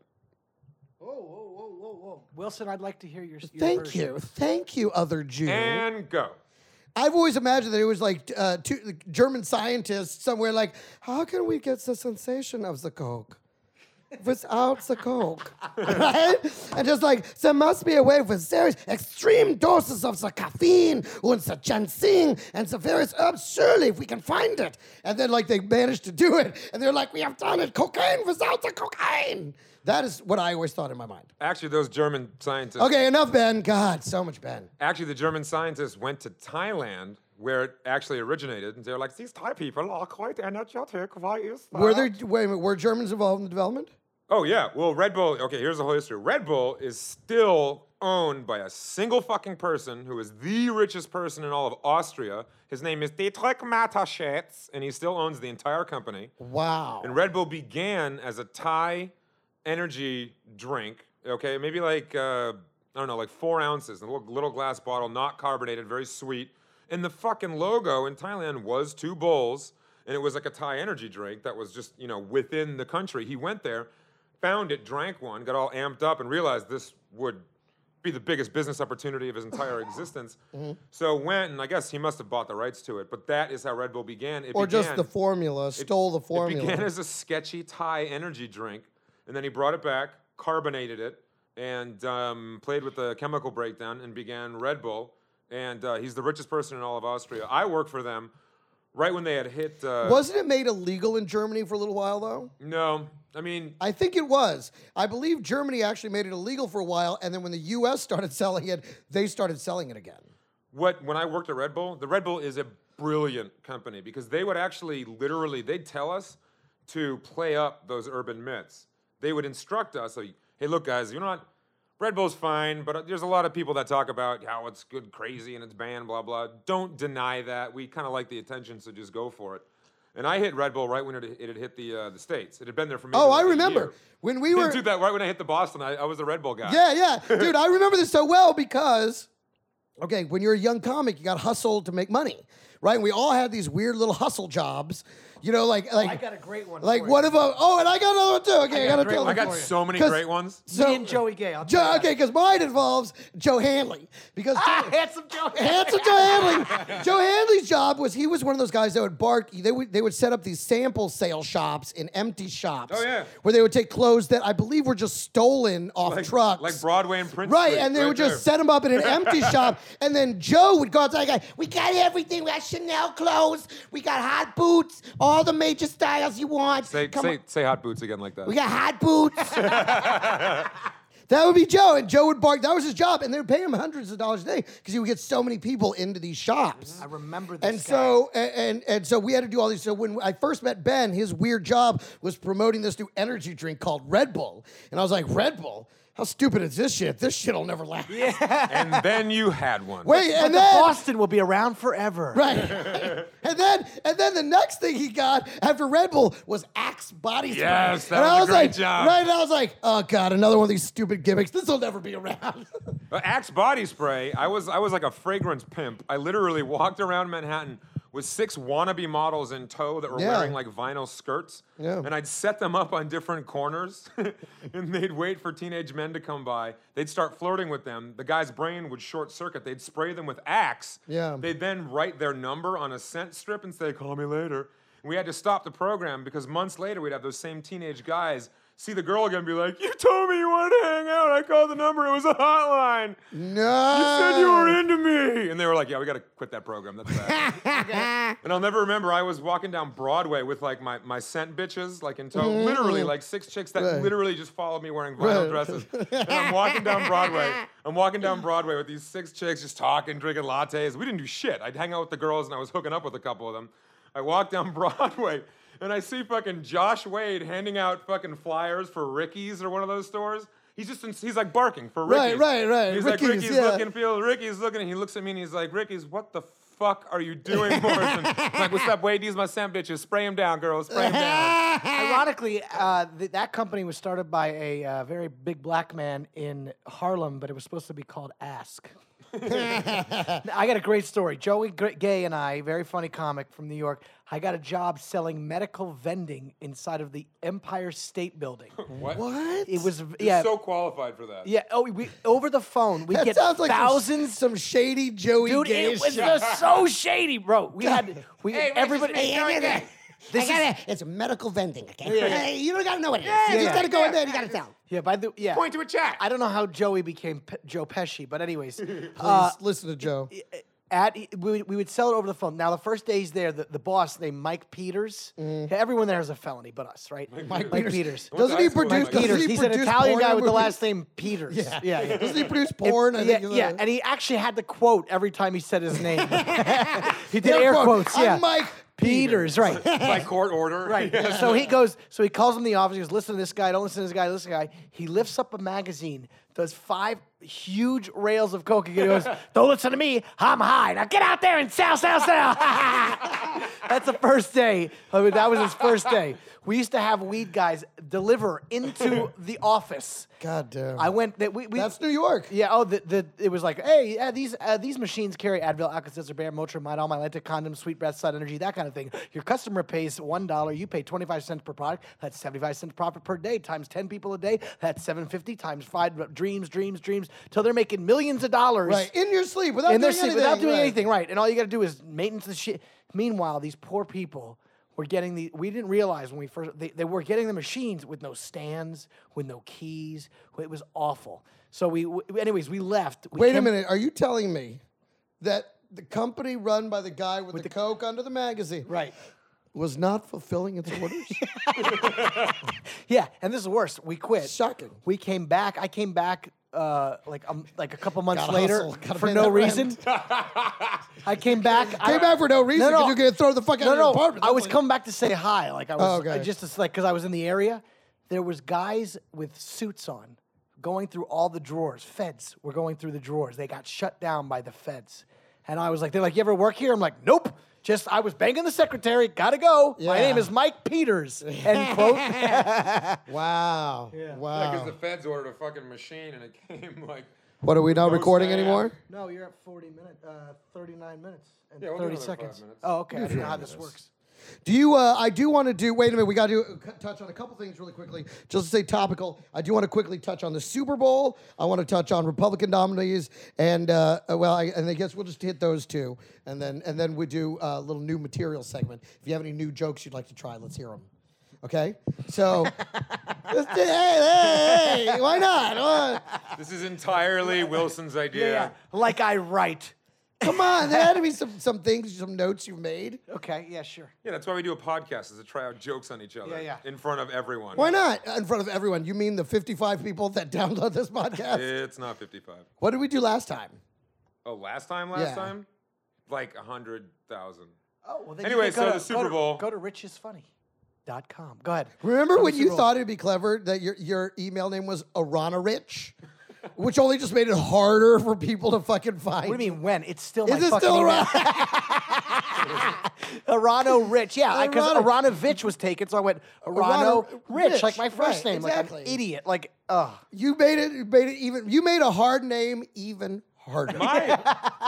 Whoa, whoa, whoa, whoa, whoa. Wilson, I'd like to hear your. your Thank version. you, thank you, other Jew. And go. I've always imagined that it was like uh, two like, German scientists somewhere. Like, how can we get the sensation of the coke without the coke, right? And just like there must be a way with serious extreme doses of the caffeine and the ginseng and the various herbs. Surely, if we can find it, and then like they managed to do it, and they're like, we have done it. Cocaine without the cocaine. That is what I always thought in my mind. Actually, those German scientists. Okay, enough, Ben. God, so much Ben. Actually, the German scientists went to Thailand, where it actually originated, and they were like, "These Thai people are quite energetic. Why is that?" Were there wait a minute, were Germans involved in the development? Oh yeah. Well, Red Bull. Okay, here's the whole history. Red Bull is still owned by a single fucking person who is the richest person in all of Austria. His name is Dietrich Mateschitz, and he still owns the entire company. Wow. And Red Bull began as a Thai energy drink. Okay, maybe like uh, I don't know, like four ounces, a little, little glass bottle, not carbonated, very sweet. And the fucking logo in Thailand was two bowls, and it was like a Thai energy drink that was just you know within the country. He went there, found it, drank one, got all amped up, and realized this would be the biggest business opportunity of his entire existence. Mm-hmm. So went, and I guess he must have bought the rights to it. But that is how Red Bull began. It or just began- the formula stole the formula. it began as a sketchy Thai energy drink, and then he brought it back, carbonated it, and um, played with the chemical breakdown, and began Red Bull. and uh, he's the richest person in all of Austria. I worked for them right when they had hit. Uh, Wasn't it made illegal in Germany for a little while though? no, I mean I think it was. I believe Germany actually made it illegal for a while, and then when the U.S. started selling it, they started selling it again. what when I worked at Red Bull, the Red Bull is a brilliant company because they would actually literally they'd tell us to play up those urban myths. They would instruct us, like, hey, look, guys, you're not Red Bull's fine, but there's a lot of people that talk about how it's good, crazy, and it's banned, blah blah. Don't deny that. We kind of like the attention, so just go for it. And I hit Red Bull right when it, it had hit the uh, the states. It had been there for me. Oh, for I like a remember year. when we Didn't were. do that right when I hit the Boston. I, I was a Red Bull guy. Yeah, yeah, dude, I remember this so well because. Okay, when you're a young comic, you got hustled to make money, right? And we all had these weird little hustle jobs, you know, like like I got a great one Like for you. one of them. Oh, and I got another one too. Okay, I, got a gotta great tell. one I the got story. so many 'Cause great ones. So, and Joey Gay, I'll Jo- tell you that. okay, because mine involves Joe Hanley because. Ah, Joe- handsome Joe. Handsome Joe Hanley. Joe Hanley's job was he was one of those guys that would bark. They would they would set up these sample sale shops in empty shops. Oh, yeah. where they would take clothes that I believe were just stolen off like, trucks, like Broadway and Prince. Right, Street, and they would there. just set him up in an empty shop, and then Joe would go outside. Like, we got everything. We got Chanel clothes. We got hot boots. All the major styles you want. Say, Come say, on. say hot boots again like that. We got hot boots. that would be Joe, and Joe would bark. That was his job, and they would pay him hundreds of dollars a day because he would get so many people into these shops. I remember this And guy. so and, and and so we had to do all these. So when I first met Ben, his weird job was promoting this new energy drink called Red Bull, and I was like, Red Bull. How stupid is this shit? This shit'll never last. and then you had one. Wait, But and the then Boston will be around forever. right, and then and then the next thing he got after Red Bull was Axe body spray. Yes, that and was a I was great like, job. Right, and I was like, oh god, another one of these stupid gimmicks. This will never be around. Uh, Axe body spray. I was I was like a fragrance pimp. I literally walked around Manhattan with six wannabe models in tow that were Yeah. wearing like vinyl skirts. Yeah. And I'd set them up on different corners and they'd wait for teenage men to come by. They'd start flirting with them. The guy's brain would short circuit. They'd spray them with Axe. Yeah. They'd then write their number on a scent strip and say, call me later. And we had to stop the program because months later we'd have those same teenage guys see the girl again and be like, You told me you wanted to hang out. I called the number, it was a hotline. no, You said you were into me. And they were like, yeah, we got to quit that program. That's bad. and I'll never remember, I was walking down Broadway with like my, my scent bitches, like in tow, literally like six chicks that Mm. Right. literally just followed me wearing vinyl Right. dresses. And I'm walking down Broadway. I'm walking down Broadway with these six chicks just talking, drinking lattes. We didn't do shit. I'd hang out with the girls and I was hooking up with a couple of them. I walk down Broadway. And I see fucking Josh Wade handing out fucking flyers for Ricky's or one of those stores. He's just, in, he's like barking for Right, Ricky's. right, right. He's like, Ricky's, Ricky's yeah. looking field. Ricky's looking, and he looks at me and he's like, Ricky's, what the fuck are you doing, Morrison? I'm like, what's up, Wade? These my Sam bitches. Spray him down, girls. Spray him down. Eh. Ironically, uh, th- that company was started by a uh, very big black man in Harlem, but it was supposed to be called Ask. I got a great story. Joey Gr- Gay and I, very funny comic from New York, I got a job selling medical vending inside of the Empire State Building. What? what? It was v- You're yeah, so qualified for that. yeah. Oh, we over the phone. We that get sounds like some- thousands. Some, shady Joey Dude, Gay it was shit. just so shady, bro. We had we everybody. I gotta, it's medical vending, okay? yeah. Uh, You don't gotta know what it is. Yeah, you just yeah. gotta go in there and you gotta tell. Yeah, by the yeah. Point to a chat. I don't know how Joey became P- Joe Pesci, but anyways, Uh, Please listen to Joe. at we, would- we would sell it over the phone. Now the first days there, the, the boss named Mike Peters. Everyone there is a felony, but us, right? Mike, Peters. Went to Doesn't he high school with produce- Mike doesn't Peters. he He's an produce Italian porn guy with the movies? last name Peters. Yeah, yeah. Doesn't he produce porn? I yeah, think he's a- yeah, and he actually had the quote every time he said his name. he did Air air quote. quotes. I'm Yeah, Mike Peters, right? By court order. Right. So he goes, so he calls him the office. He goes, listen to this guy, don't listen to this guy, listen to this guy. He lifts up a magazine, does five huge rails of coke, and he goes, don't listen to me, I'm high. Now get out there and sell, sell, sell. That's the first day. I mean, that was his first day. We used to have weed guys deliver into the office. God damn. I went, that we, we, That's New York. yeah. Oh, the, the it was like, hey, yeah, these uh, these machines carry Advil, Alka-Seltzer, Bear, Motrin, Midol, Mylantic, condoms, Sweet Breath, Sun Energy, that kind of thing. Your customer pays one dollar. You pay twenty five cents per product. That's seventy five cents profit per day times ten people a day. That's seven fifty times five dreams, dreams, dreams. Till they're making millions of dollars. Right. In your sleep without And they're doing sleep- anything. without doing right. anything, right? And all you got to do is maintenance the shit. Meanwhile, these poor people were getting the. We didn't realize when we first they, they were getting the machines with no stands, with no keys. It was awful. So we, w anyways, we left. We Wait a came- minute. Are you telling me that the company run by the guy with, the, Coke under the magazine Right. was not fulfilling its orders. Yeah, and this is worse. We quit. Shocking. We came back. I came back uh, like um, like a couple months Gotta later hustle, gotta for pay no that reason. I came back. I Came out for no reason no. because you could throw the fuck out No, of your no, apartment. I That's was like- coming back to say hi. Like I was Oh, okay. I just just, like because I was in the area. There was guys with suits on, going through all the drawers. Feds were going through the drawers. They got shut down by the feds, and I was like, "They're like, you ever work here?" I'm like, "Nope." Just I was banging the secretary. Gotta go. My Yeah. name is Mike Peters. End quote. Wow. Because Wow. the feds ordered a fucking machine and it came like. What are we not recording snap. anymore? No, you're at 40 minutes, uh, 39 minutes and Yeah, we'll do 30 another five seconds. minutes. Oh, okay. I don't know how this works. Do you? Uh, I do want to do. Wait a minute. We got to uh, c- touch on a couple things really quickly, just to say topical. I do want to quickly touch on the Super Bowl. I want to touch on Republican nominees, and uh, uh, well, I, and I guess we'll just hit those two, and then and then we do uh, a little new material segment. If you have any new jokes you'd like to try, let's hear them. Okay. So, Let's do- hey, hey, hey, why not? Uh, This is entirely Wilson's idea. Like I write. come on, there had to be some some things, some notes you made. Okay. Yeah, sure. Yeah, that's why we do a podcast is to try out jokes on each other. Yeah, yeah. In front of everyone. Why not? Uh, In front of everyone. You mean the 55 people that download this podcast? It's not 55. What did we do last time? Oh, last time, last Yeah. time? Like 100,000. Oh, well, then Anyway, can so go the to- Super go to- Bowl- Go to richisfunny.com. Go ahead. Remember Go to when the you Super Bowl. thought it'd be clever that your, your email name was Arana Rich? Which only just made it harder for people to fucking find. What do you mean when? It's still my Is it fucking still email. around? Arano Rich. Yeah, because Arano- Aranovich was taken, so I went Arano, Arano Rich, Rich, like my first right, name. Like exactly. an idiot. Like, ugh. You made it, you made it even. You made a hard name even harder. My,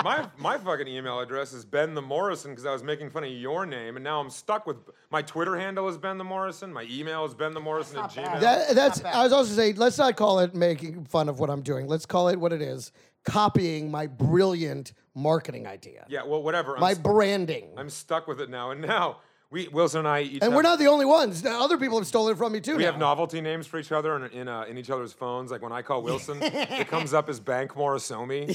my, my fucking email address is Ben the Morrison because I was making fun of your name, and now I'm stuck with my Twitter handle is Ben the Morrison, my email is Ben the Morrison at Gmail. That- that's. I was also saying, let's not call it making fun of what I'm doing. Let's call it what it is: copying my brilliant marketing idea, yeah, well, whatever. I'm, my st- branding. I'm stuck with it now, and now we Wilson and I each and have, we're not the only ones. Now, Other people have stolen it from me too. we now. have novelty names for each other in in, uh, in each other's phones. Like when I call Wilson, it comes up as Bank Morrisomi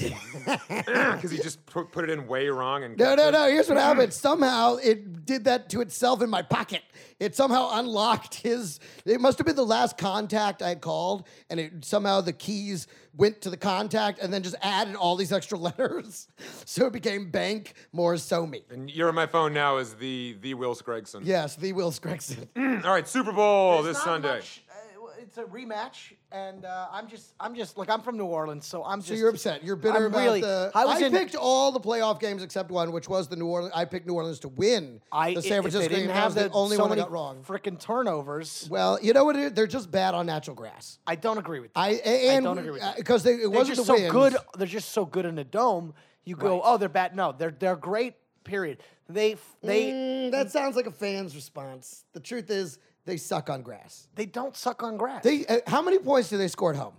because he just put, put it in way wrong and No, no, no. Here's what happened. Somehow it did that to itself in my pocket. It somehow unlocked his. It must have been the last contact I had called, and it somehow the keys went to the contact and then just added all these extra letters. So it became Bank Morrisomi. And you're on my phone now is the the Wills Gregson. Yes, the Will Gregson. All right, Super Bowl It's this not Sunday. much, uh, it's a rematch, and uh, I'm just, I'm just, like, I'm from New Orleans, so I'm just. So you're upset. You're bitter I'm about really, the. I was in, picked all the playoff games except one, which was the New Orleans. I picked New Orleans to win I, the San if they Francisco game. didn't That was have the only so one I many got wrong. Freaking turnovers. Well, you know what? It is? They're just bad on natural grass. I don't agree with. That. I and don't agree with you. because it they're wasn't just the so wind. good. They're just so good in a dome. You go, oh, they're bad. No, they're they're great. Period. They f- they Mm, that sounds like a fan's response. The truth is, they suck on grass. they don't suck on grass. They uh, how many points do they score at home?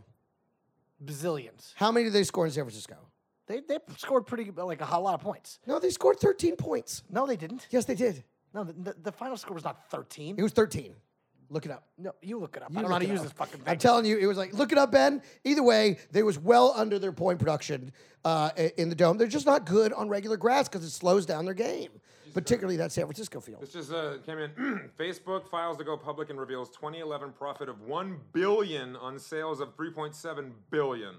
bazillions. How many do they score in San Francisco? They they scored pretty like a lot of points. No, they scored 13 points. No, they didn't. Yes, they did. No, the, the, the final score was not thirteen. It was 13. Look it up. no, you look it up. You I don't know how look to it use up. this fucking thing. I'm telling you, it was like look it up, Ben. Either way, they was well under their point production uh, i- in the dome. They're just not good on regular grass because it slows down their game, particularly that San Francisco field. This just uh, came in. Facebook files to go public and reveals 2011 profit of 1 billion on sales of 3.7 billion.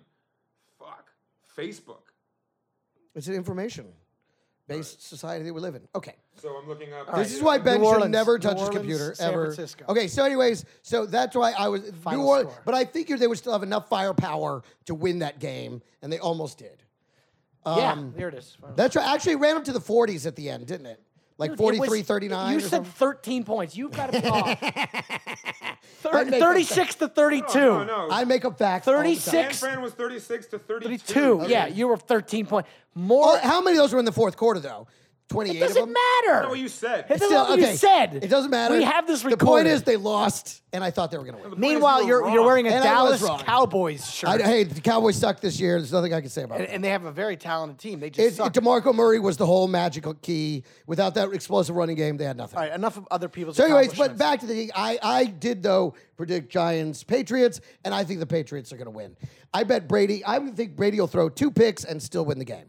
Fuck. Facebook. It's an information-based society that we live in. Okay. So I'm looking up. This is why Ben should Orleans. never New touch his Orleans, computer San ever. Francisco. Okay, so anyways, so that's why I was Final New Orleans, score. but I figured they would still have enough firepower to win that game, and they almost did. Um, yeah, there it is. That's right. Actually, it ran up to the 40s at the end, didn't it? Like Dude, it was- 43, 39. You or said something. 13 points. You've got to be off. Thir- I make 36 to 32. Oh, No, no. I make up facts. 36. San Fran was 36 to 32. 32. Yeah, you were 13 points. More. All the time. How many of those were in the fourth quarter though? 28 it of them. doesn't matter. That's what you said. It doesn't Still, matter what okay, you said. It doesn't matter. We have this The recorded. point is they lost and I thought they were going to win. Meanwhile, You were you're, you're wrong. wearing a And I was Dallas wrong. Cowboys shirt. I, hey, the Cowboys suck this year. There's nothing I can say about it. and, and they have a very talented team. They just It's, suck. DeMarco Murray was the whole magical key. Without that explosive running game, they had nothing. All right, enough of other people's So, anyways, but accomplishments. back to the I I did though predict Giants Patriots, and I think the Patriots are going to win. I bet Brady. I would think Brady will throw two picks and still win the game.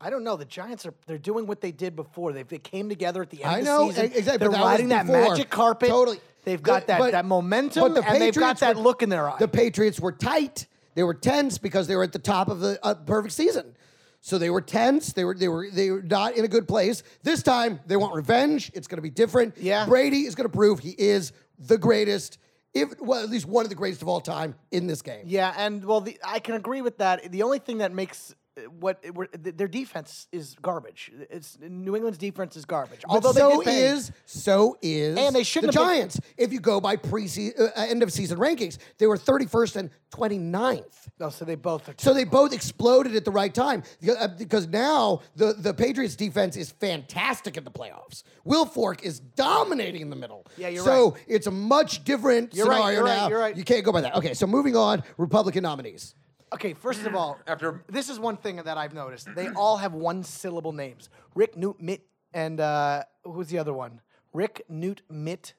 I don't know. The Giants are they're doing what they did before. They they came together at the end I of the know, season. e- exactly, They're but that was riding that before. magic carpet. Totally. They've The- got that, but- that momentum but and the they've got Patriots that were- look in their eye. The Patriots were tight. They were tense because they were at the top of the uh, perfect season. So they were tense. They were they were they were not in a good place. This time they want revenge. It's going to be different. Yeah. Brady is going to prove he is the greatest, if well at least one of the greatest of all time in this game. yeah, and well, the, I can agree with that. The only thing that makes uh, what it- we're- th- their defense is garbage. It's New England's defense is garbage. But Although so they did pay. is so is And they shouldn't the have been- Giants. if you go by pre uh, end of season rankings, they were 31st and 29th. No, so they both are. So they both exploded at the right time The- uh, because now the, the Patriots defense is fantastic in the playoffs. Will Fork is dominating in the middle. Yeah, you're so So it's a much different You're right, scenario you're right, now. you're right. You can't go by that. Okay, so moving on, Republican nominees. Okay, first of all, After- this is one thing that I've noticed. They all have one syllable names. Rick Newt Mitt and uh, who's the other one? Rick Newt Mitt.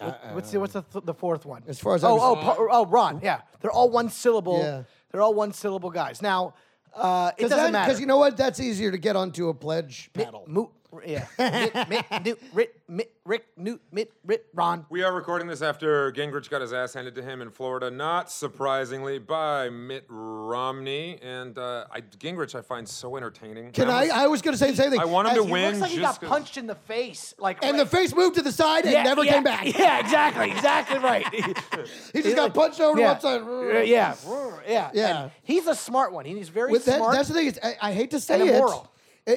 What- What's the what's the, th- the fourth one? As far as I oh was- oh Pa- oh Ron yeah they're all one syllable Yeah. they're all one syllable guys now uh, it doesn't matter Because you know what? That's easier to get onto a pledge paddle. Moot, yeah Mitt, Mitt, Newt, Rick Mitt, Rick Newt Mitt Rick Ron We are recording this after Gingrich got his ass handed to him in Florida, not surprisingly, by Mitt Romney. And uh, I, Gingrich, I find so entertaining. Can I? almost- I was going to say the same thing. I want him As- to he win. looks like he just got 'cause- punched in the face like And the right- face moved to the side and Yeah, never yeah, came back. yeah exactly exactly right He just got punched over to yeah. one side. Uh, yeah. Brr, Yeah. Yeah. And he's a smart one. He's very But that, smart. that's the thing. Is, I, I hate to say and it. immoral. It-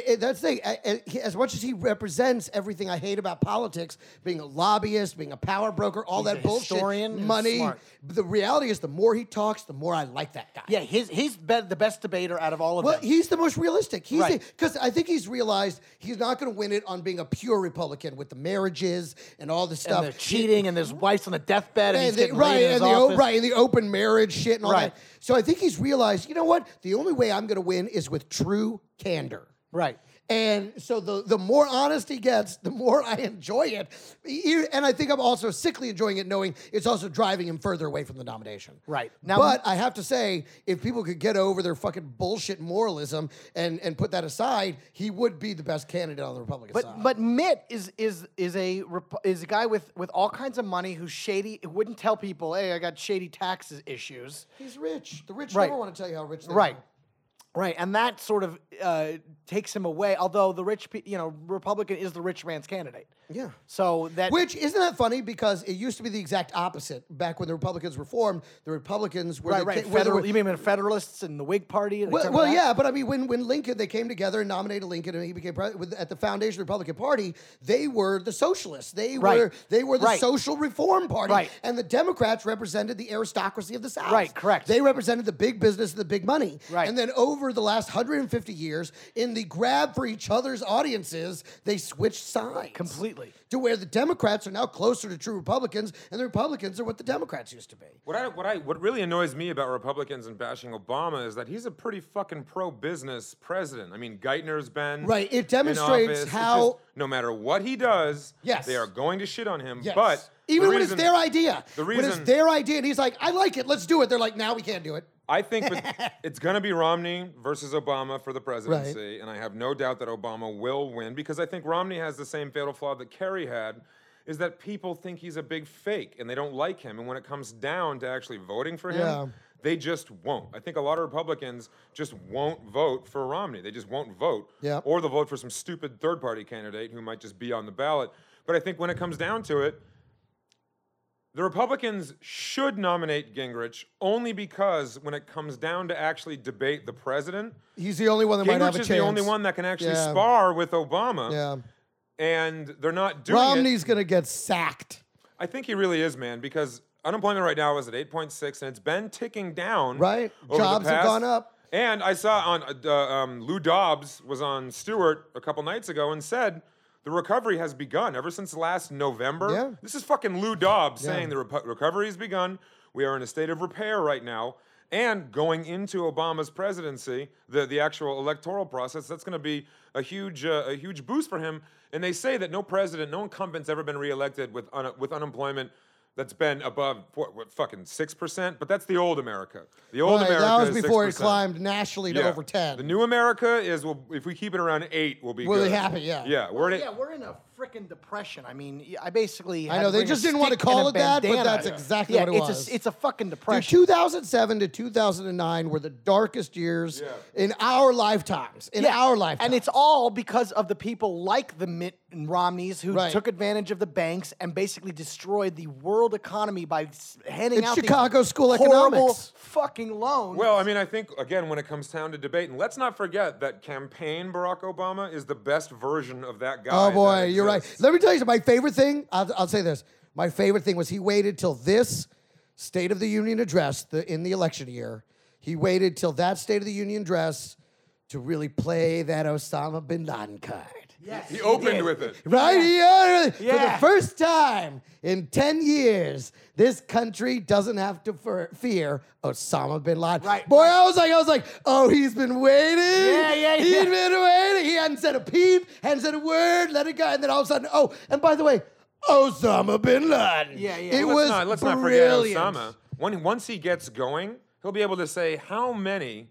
it- that's the thing. I- I- he- as much as he represents everything I hate about politics, being a lobbyist, being a power broker, all He's that a bullshit, historian and money. smart. but The reality is, the more he talks, the more I like that guy. yeah, he's he's be- the best debater out of all of Well, them. he's the most realistic. He's Right. because I think he's realized he's not going to win it on being a pure Republican with the marriages and all the stuff. and they're cheating, and his wife's on the deathbed, and, he's And the, getting laid right, in his and the o- office. right, and the open marriage shit and all Right. that. So I think he's realized, you know what? The only way I'm going to win is with true candor. Right. And so the the more honest he gets, the more I enjoy it. E- And I think I'm also sickly enjoying it, knowing it's also driving him further away from the nomination. Right. Now- Now, but I have to say, if people could get over their fucking bullshit moralism and and put that aside, he would be the best candidate on the Republican But side. but Mitt is is is a rep- is a guy with with all kinds of money who's shady. who Wouldn't tell people, hey, I got shady taxes issues. he's rich. The rich Right. never want to tell you how rich they Right. are. Right, and that sort of uh, takes him away. Although the rich, pe- you know, Republican is the rich man's candidate. Yeah. So that Which isn't that funny because it used to be the exact opposite. Back when the Republicans were formed, the Republicans were right, the right. ca- were the- Federal, you mean the Federalists and the Whig Party? and Well, stuff like well that? yeah, but I mean, when when Lincoln they came together and nominated Lincoln, and he became pres- with, at the foundation of the Republican Party, they were the socialists. They Right. were they were the Right. social reform party, Right. and the Democrats represented the aristocracy of the South. Right, correct. They represented the big business and the big money. Right. and then over the last 150 years, in the grab for each other's audiences, they switched sides Completely. to where the Democrats are now closer to true Republicans, and the Republicans are what the Democrats used to be. What I, what I what really annoys me about Republicans and bashing Obama is that he's a pretty fucking pro business president. I mean, Geithner's been Right, it in office. demonstrates It's just how- no matter what he does, Yes. they are going to shit on him. Yes. But even the when it's reason- their idea, the when reason- it's their idea, and he's like, "I like it, let's do it." They're like, "Now we can't do it." I think bet- it's going to be Romney versus Obama for the presidency, and I have no doubt that Obama will win because I think Romney has the same fatal flaw that Kerry had, is that people think he's a big fake and they don't like him, and when it comes down to actually voting for him, Yeah. they just won't. I think a lot of Republicans just won't vote for Romney. They just won't vote, Yeah. or they'll vote for some stupid third-party candidate who might just be on the ballot. But I think when it comes down to it, the Republicans should nominate Gingrich only because when it comes down to actually debate the president, He's the only one that might have Gingrich a is chance. the only one that can actually Yeah. spar with Obama. Yeah, And they're not doing it. Romney's gonna get sacked. I think he really is, man, because unemployment right now is at 8.6 and it's been ticking down. Right. over the Jobs have past- gone up. And I saw on uh, um, Lou Dobbs was on Stewart a couple nights ago and said the recovery has begun ever since last November. Yeah. This is fucking Lou Dobbs saying the repo recovery has begun. We are in a state of repair right now. And going into Obama's presidency, the, the actual electoral process, that's going to be a huge uh, a huge boost for him. And they say that no president, no incumbent's ever been reelected with un- with unemployment that's been above what, what fucking six percent, but that's the old America. The old Right, America that was is before 6%. it climbed nationally to Yeah. over 10. The new America is well, if we keep it around eight, we'll be We'll be good. happy, yeah. Yeah, we're in it. yeah, we're in a freaking depression. I mean, y- I basically. I had know, to they bring a just didn't wanna stick call and a it that, but bandana. that's exactly yeah, what it it's was. A, it's a fucking From depression. 2007 to 2009 were the darkest years Yeah. in our lifetimes. In Yeah, our lifetime. And it's all because of the people like the Mitt and Romneys who Right. took advantage of the banks and basically destroyed the world economy by s- handing It's out these Chicago School of horrible Economics. fucking loans. Well, I mean, I think again when it comes down to debate, and let's not forget that campaign Barack Obama is the best version of that guy. Oh that boy, you're right. exists. Let me tell you, my favorite thing. I'll, I'll say this. My favorite thing was he waited till this State of the Union address the, in the election year. He waited till that State of the Union address to really play that Osama bin Laden card. Yes, He opened did. with it. Right here, for the Yeah. first time in 10 years, this country doesn't have to fer- fear Osama bin Laden. Right, Boy, right. I was like, I was like, oh, he's been waiting. Yeah, yeah, He's yeah. been waiting. He hadn't said a peep, hadn't said a word, let it go. And then all of a sudden, oh, and by the way, Osama bin Laden. Yeah, yeah. It Well, was let's not, let's brilliant. not forget Osama. When, once he gets going, he'll be able to say how many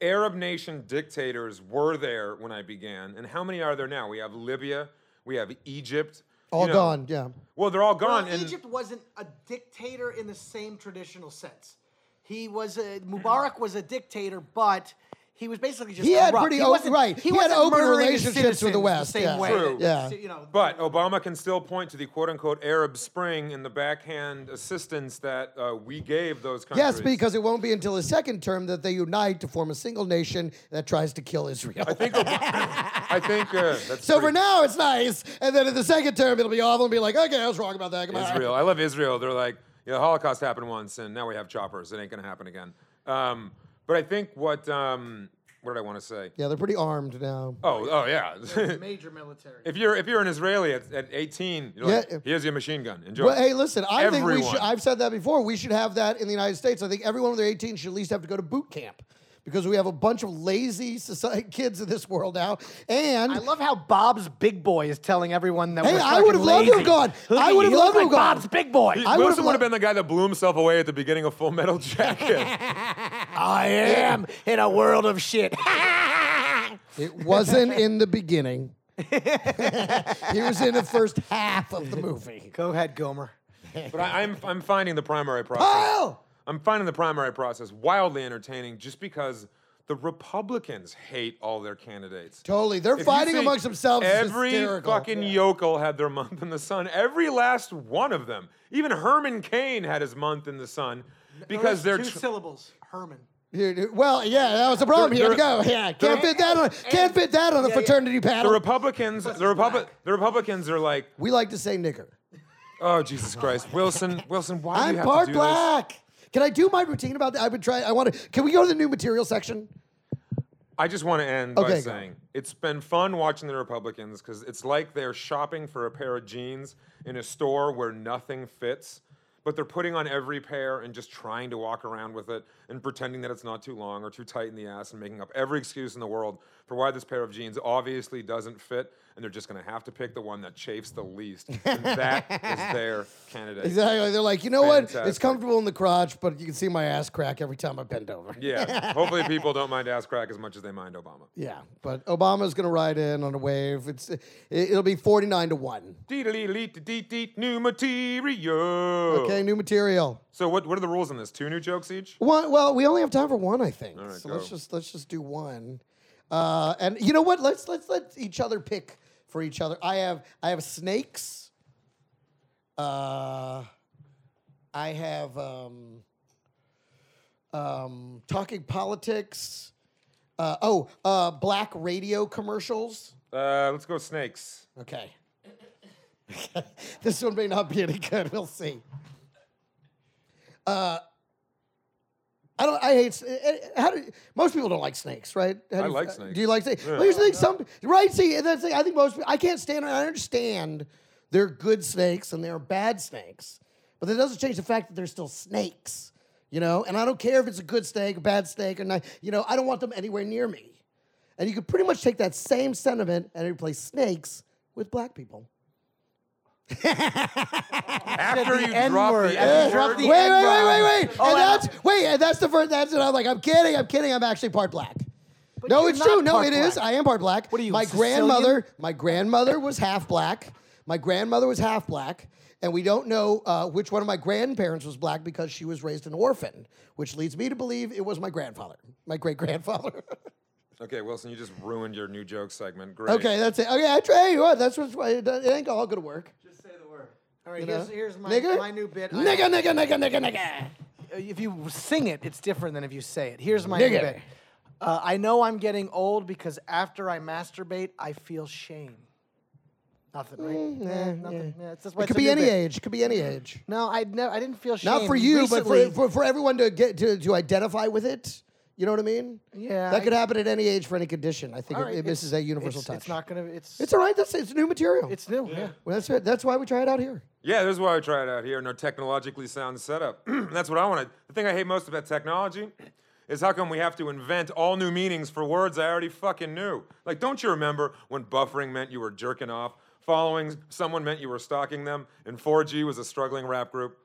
Arab nation dictators were there when I began, and how many are there now? We have Libya, we have Egypt. you All know. gone, yeah. Well, they're all Well, gone. and Egypt wasn't a dictator in the same traditional sense. He was a, Mubarak was a dictator, but he was basically just He had corrupt. pretty he o- wasn't- right. He He, had wasn't open murdering relationships with the citizens West, The same yeah. way. True. Yeah. You know, But Obama can still point to the quote unquote Arab Spring and the backhand assistance that uh, we gave those countries. Yes, because it won't be until his second term that they unite to form a single nation that tries to kill Israel. I think Ob- I think uh, that's So for pretty- now, it's nice. And then in the second term, it'll be awful and be like, okay, I was wrong about that. Come on. Israel. I love Israel. They're like, yeah, the Holocaust happened once, and now we have choppers. It ain't gonna happen again. Um, but I think what um, what did I want to say? Yeah, they're pretty armed now. Oh, oh yeah. major military. if you're if you're an Israeli at, at 18, you're Yeah. like, here's your machine gun. Enjoy. Well, hey, listen, I think we Everyone. should, I've said that before. We should have that in the United States. I think everyone under 18 should at least have to go to boot camp because we have a bunch of lazy society kids in this world now. And I love how Bob's Big Boy is telling everyone that. Hey, we're I fucking would've loved to have lazy. gone. Look I at you, would've you look loved to have like gone. Bob's Big Boy. He- I would've Wilson would have lo- been the guy that blew himself away at the beginning of Full Metal Jacket. I am in a world of shit. it wasn't in the beginning, he was in the first half of the movie. Go ahead, Gomer. but I, I'm I'm finding the primary process. Kyle! I'm finding the primary process wildly entertaining just because the Republicans hate all their candidates. Totally. They're If you fighting think amongst themselves. is Every hysterical. fucking yokel had their month in the sun. Every last one of them. Even Herman Cain had his month in the sun because they're. two tr- syllables. Herman. Dude, well, yeah, that was the problem. Here we go. Yeah, can't fit that on. Can't fit that on a fraternity the paddle. Republicans, the Republic, the Republicans are like, we like to say nigger. oh Jesus Christ, Wilson, Wilson, why do I'm you have part to do black. Can I do my routine about that? I've been trying. I want to. Can we go to the new material section? this? I just want to end Okay, by go. saying it's been fun watching the Republicans because it's like they're shopping for a pair of jeans in a store where nothing fits, but they're putting on every pair and just trying to walk around with it and pretending that it's not too long or too tight in the ass and making up every excuse in the world for why this pair of jeans obviously doesn't fit. And they're just going to have to pick the one that chafes the least. And that is their candidate. Exactly. They're like, you know what? It's Fantastic. comfortable in the crotch, but you can see my ass crack every time I bend over. Yeah. Hopefully, people don't mind ass crack as much as they mind Obama. Yeah, but Obama's gonna ride in on a wave. It's it, it'll be forty nine to one. Dee-dee-dee-dee-dee-dee, New material. Okay, new material. So what? What are the rules on this? Two new jokes each. One, well, we only have time for one, I think. right, so let's go. just let's just do one. Uh, and you know what? Let's let's let each other pick for each other. I have I have snakes. Uh, I have um, um, talking politics. Uh, oh, uh, black radio commercials. Uh, let's go snakes. Okay. this one may not be any good. We'll see. Uh, I don't. I hate. s- eh, eh, How do most people don't like snakes, right? How do I you- like uh, snakes. Do you like snakes? Well, here's the thing. Some right. See, that's the thing. I think most. I can't stand. I understand there are good snakes and there are bad snakes, but that doesn't change the fact that they're still snakes. You know, and I don't care if it's a good snake, a bad snake, or not. You know, I don't want them anywhere near me. And you could pretty much take that same sentiment and replace snakes with black people. After the you N drop word. the After you N drop word, the Wait, wait, wait, wait, wait. Oh, and I- that's wait, and that's the first. That's it. I'm like, I'm kidding, I'm kidding. I'm actually part black. no, you're it's not true. No, part it is. black. I am part black. What are you, My Sicilian? grandmother. My grandmother was half black. My grandmother was half black, and we don't know uh, which one of my grandparents was black because she was raised an orphan, which leads me to believe it was my grandfather, my great grandfather. Okay, Wilson, you just ruined your new joke segment. Great. okay, that's it. Okay, I tell you what, that's what's it ain't all gonna work. Just say the word. All right, You here's, know? here's my, Nigga? my new bit. I- Nigga, nigga, nigga, nigga, nigga. Uh, if you sing it, it's different than if you say it. Here's my Nigga. bit. Uh, I know I'm getting old because after I masturbate, I feel shame. Nothing, right? Nah, nothing. Yeah, it's- that's Mm, It why it's could a be new any bit. age. Could be any age. No, I never. I didn't feel shame. Not for you, Recently- but for, for for everyone to get to, to identify with it. You know what I mean? Yeah, That I- could happen at any age for any condition. I think All it, right, it it's- misses that universal it's, touch. It's not gonna. It's It's all right. That's it's new material. it's new. Yeah. well, that's it. That's why we try it out here. Yeah, this is why I try it out here in our technologically sound setup. That's what I want to. The thing I hate most about technology is how come we have to invent all new meanings for words I already fucking knew. Like, don't you remember when buffering meant you were jerking off, following someone meant you were stalking them, and 4G was a struggling rap group?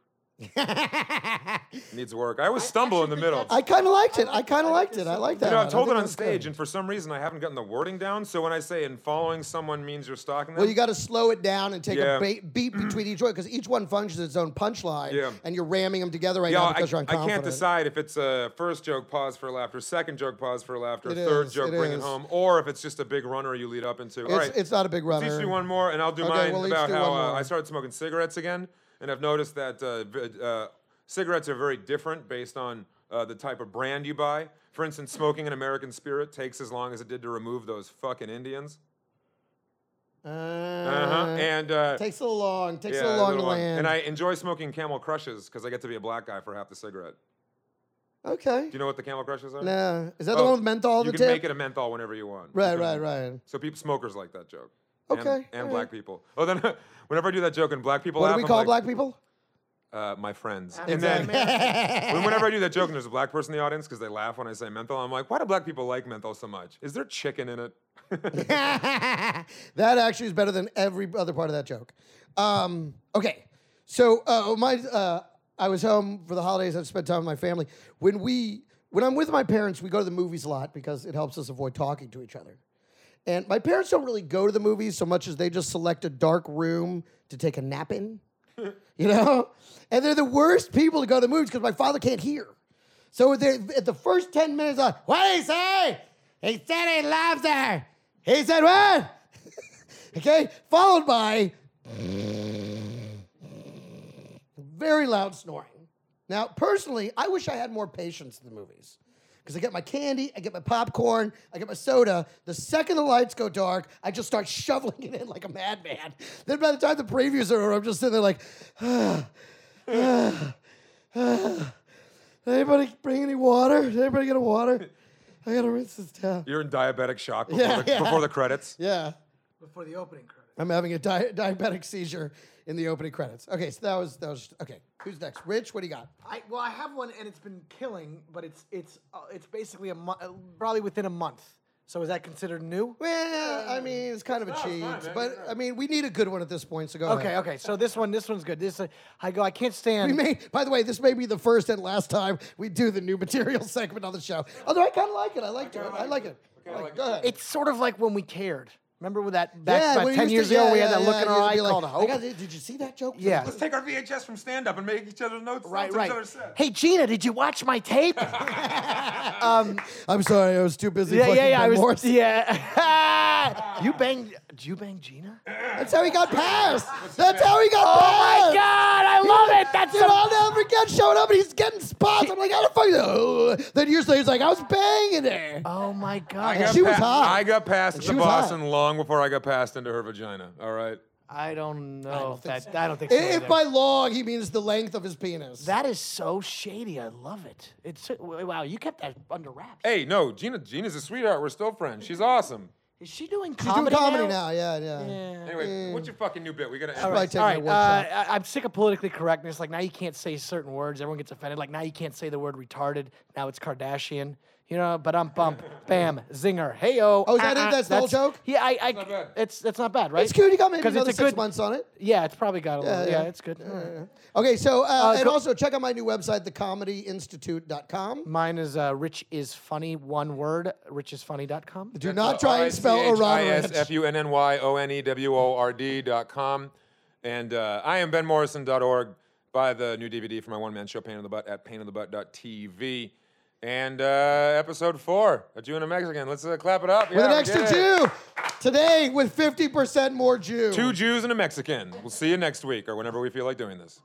Needs work. I always stumble in the middle. I kind of liked it. I kind of liked it. I like that. You know, one. I've told think it on that's good. stage, and for some reason, I haven't gotten the wording down. So when I say "and following someone" means you're stalking them, Well, you got to slow it down and take Yeah. a ba- beat between each one because each one functions its own punchline, Yeah. and you're ramming them together right Yeah, now because I, you're I unconfident. can't decide if it's a first joke, pause for laughter, second joke, pause for laughter, It third is, joke, it bring it is. home, or if it's just a big runner you lead up into. It's, All right, it's not a big runner. teach me one more, and I'll do Okay, mine we'll each about do how one uh, more. I started smoking cigarettes again, and I've noticed that uh, v- uh, cigarettes are very different based on uh, the type of brand you buy. For instance, smoking an American Spirit takes as long as it did to remove those fucking Indians. Uh, Uh-huh. And uh, takes a little long. Takes yeah, a little long to little one. land. And I enjoy smoking Camel Crushes because I get to be a black guy for half the cigarette. okay. Do you know what the Camel Crushes are? No, is that the Oh, one with menthol on you the can tip? make it a menthol whenever you want. You right, can- right, right. So people, smokers like that joke. And- Okay, And, all black people. Oh, then whenever I do that joke and black people What laugh, do we I'm call like, black people? Uh, my friends. I'm And sorry, then man. when- whenever I do that joke and there's a black person in the audience because they laugh when I say menthol, I'm like, why do black people like menthol so much? Is there chicken in it? that actually is better than every other part of that joke. Um, okay, so uh, my uh, I was home for the holidays. I've spent time with my family. When we when I'm with my parents, we go to the movies a lot because it helps us avoid talking to each other. And my parents don't really go to the movies so much as they just select a dark room to take a nap in. you know? And they're the worst people to go to the movies because my father can't hear. So they- at the first 10 minutes, like, what did he say? He said he loves her. He said what? okay? Followed by very loud snoring. Now, personally, I wish I had more patience in the movies. Because I get my candy, I get my popcorn, I get my soda. The second the lights go dark, I just start shoveling it in like a madman. Then by the time the previews are over, I'm just sitting there like, "Ah, anybody bring any water? Did anybody get a water? I gotta rinse this down. You're in diabetic shock before, Yeah, the, yeah. before the credits. Yeah. Before the opening credits. I'm having a di- diabetic seizure in the opening credits. Okay, so that was that was okay. Who's next? Rich, what do you got? I well, I have one, and it's been killing, but it's it's uh, it's basically a month, probably within a month. So is that considered new? Well, I mean, it's kind of a it's cheat, fine, man. but I mean, we need a good one at this point. So go. Okay, ahead. okay. So this one, this one's good. This uh, I go. I can't stand. We may, by the way, this may be the first and last time we do the new material segment on the show. Although I kind of like it. I like it. I like it. Oh, I Like, like go it. ahead. it's sort of like when we cared. Remember with that back Yeah, about we ten used years to- ago, yeah, we yeah, had that look yeah, in used our to eye be like, called I hope. got it. did you see that joke? Yeah. Let's take our VHS from stand up and make each other notes. right, notes Each right. other's set. Hey Gina, did you watch my tape? I'm sorry, I was too busy. yeah, fucking yeah, yeah. I Ben was. Morrison. Yeah. you banged. Did you bang Gina? That's how he got passed. That's how he got Oh passed. my God! I love it. That's Dude, some- I'll never forget showing up and he's getting spots. I'm like, how the fuck? Oh. Then years later, he's like, I was banging her. Oh my I God! got she was pa- hot. I got passed at she the was hot. Boston long before I got passed into her vagina. All right. I don't know. if that I don't think so. If either. by long he means the length of his penis. that is so shady. I love it. It's so- wow. You kept that under wraps. Hey, no, Gina. Gina's a sweetheart. We're still friends. She's awesome. Is she doing She's doing comedy, comedy now. Yeah, yeah. Anyway, what's your fucking new bit? We gotta end. Probably this. taking All a right, uh, workshop. I- I'm sick of politically correctness. Like now you can't say certain words, everyone gets offended. Like now you can't say the word retarded. Now it's Kardashian. You know, but um bump, bam, zinger, heyo. Oh, is that it? That's the whole joke? Yeah, I, I it's, not bad. it's not bad, right? It's good. You got maybe 'Cause another it's a six good, months on it. Yeah, it's probably got a little. yeah. Yeah, it's good. Okay, so uh, and go- also check out my new website, thecomedyinstitute.com. Mine is uh, rich is funny, one word, richisfunny.com. Do not try and spell Orion. E R-I-S-F-U-N-N-Y-O-N-E-W-O-R-D dot com. And uh, I am benmorrison.org. Buy the new DVD for my one-man show, Pain in the Butt, at painofthebutt.tv. And uh, episode four, A Jew and a Mexican. Let's uh, clap it up. With Yeah, an we extra did it. Jew today, with fifty percent more Jew. Two Jews and a Mexican. We'll see you next week or whenever we feel like doing this.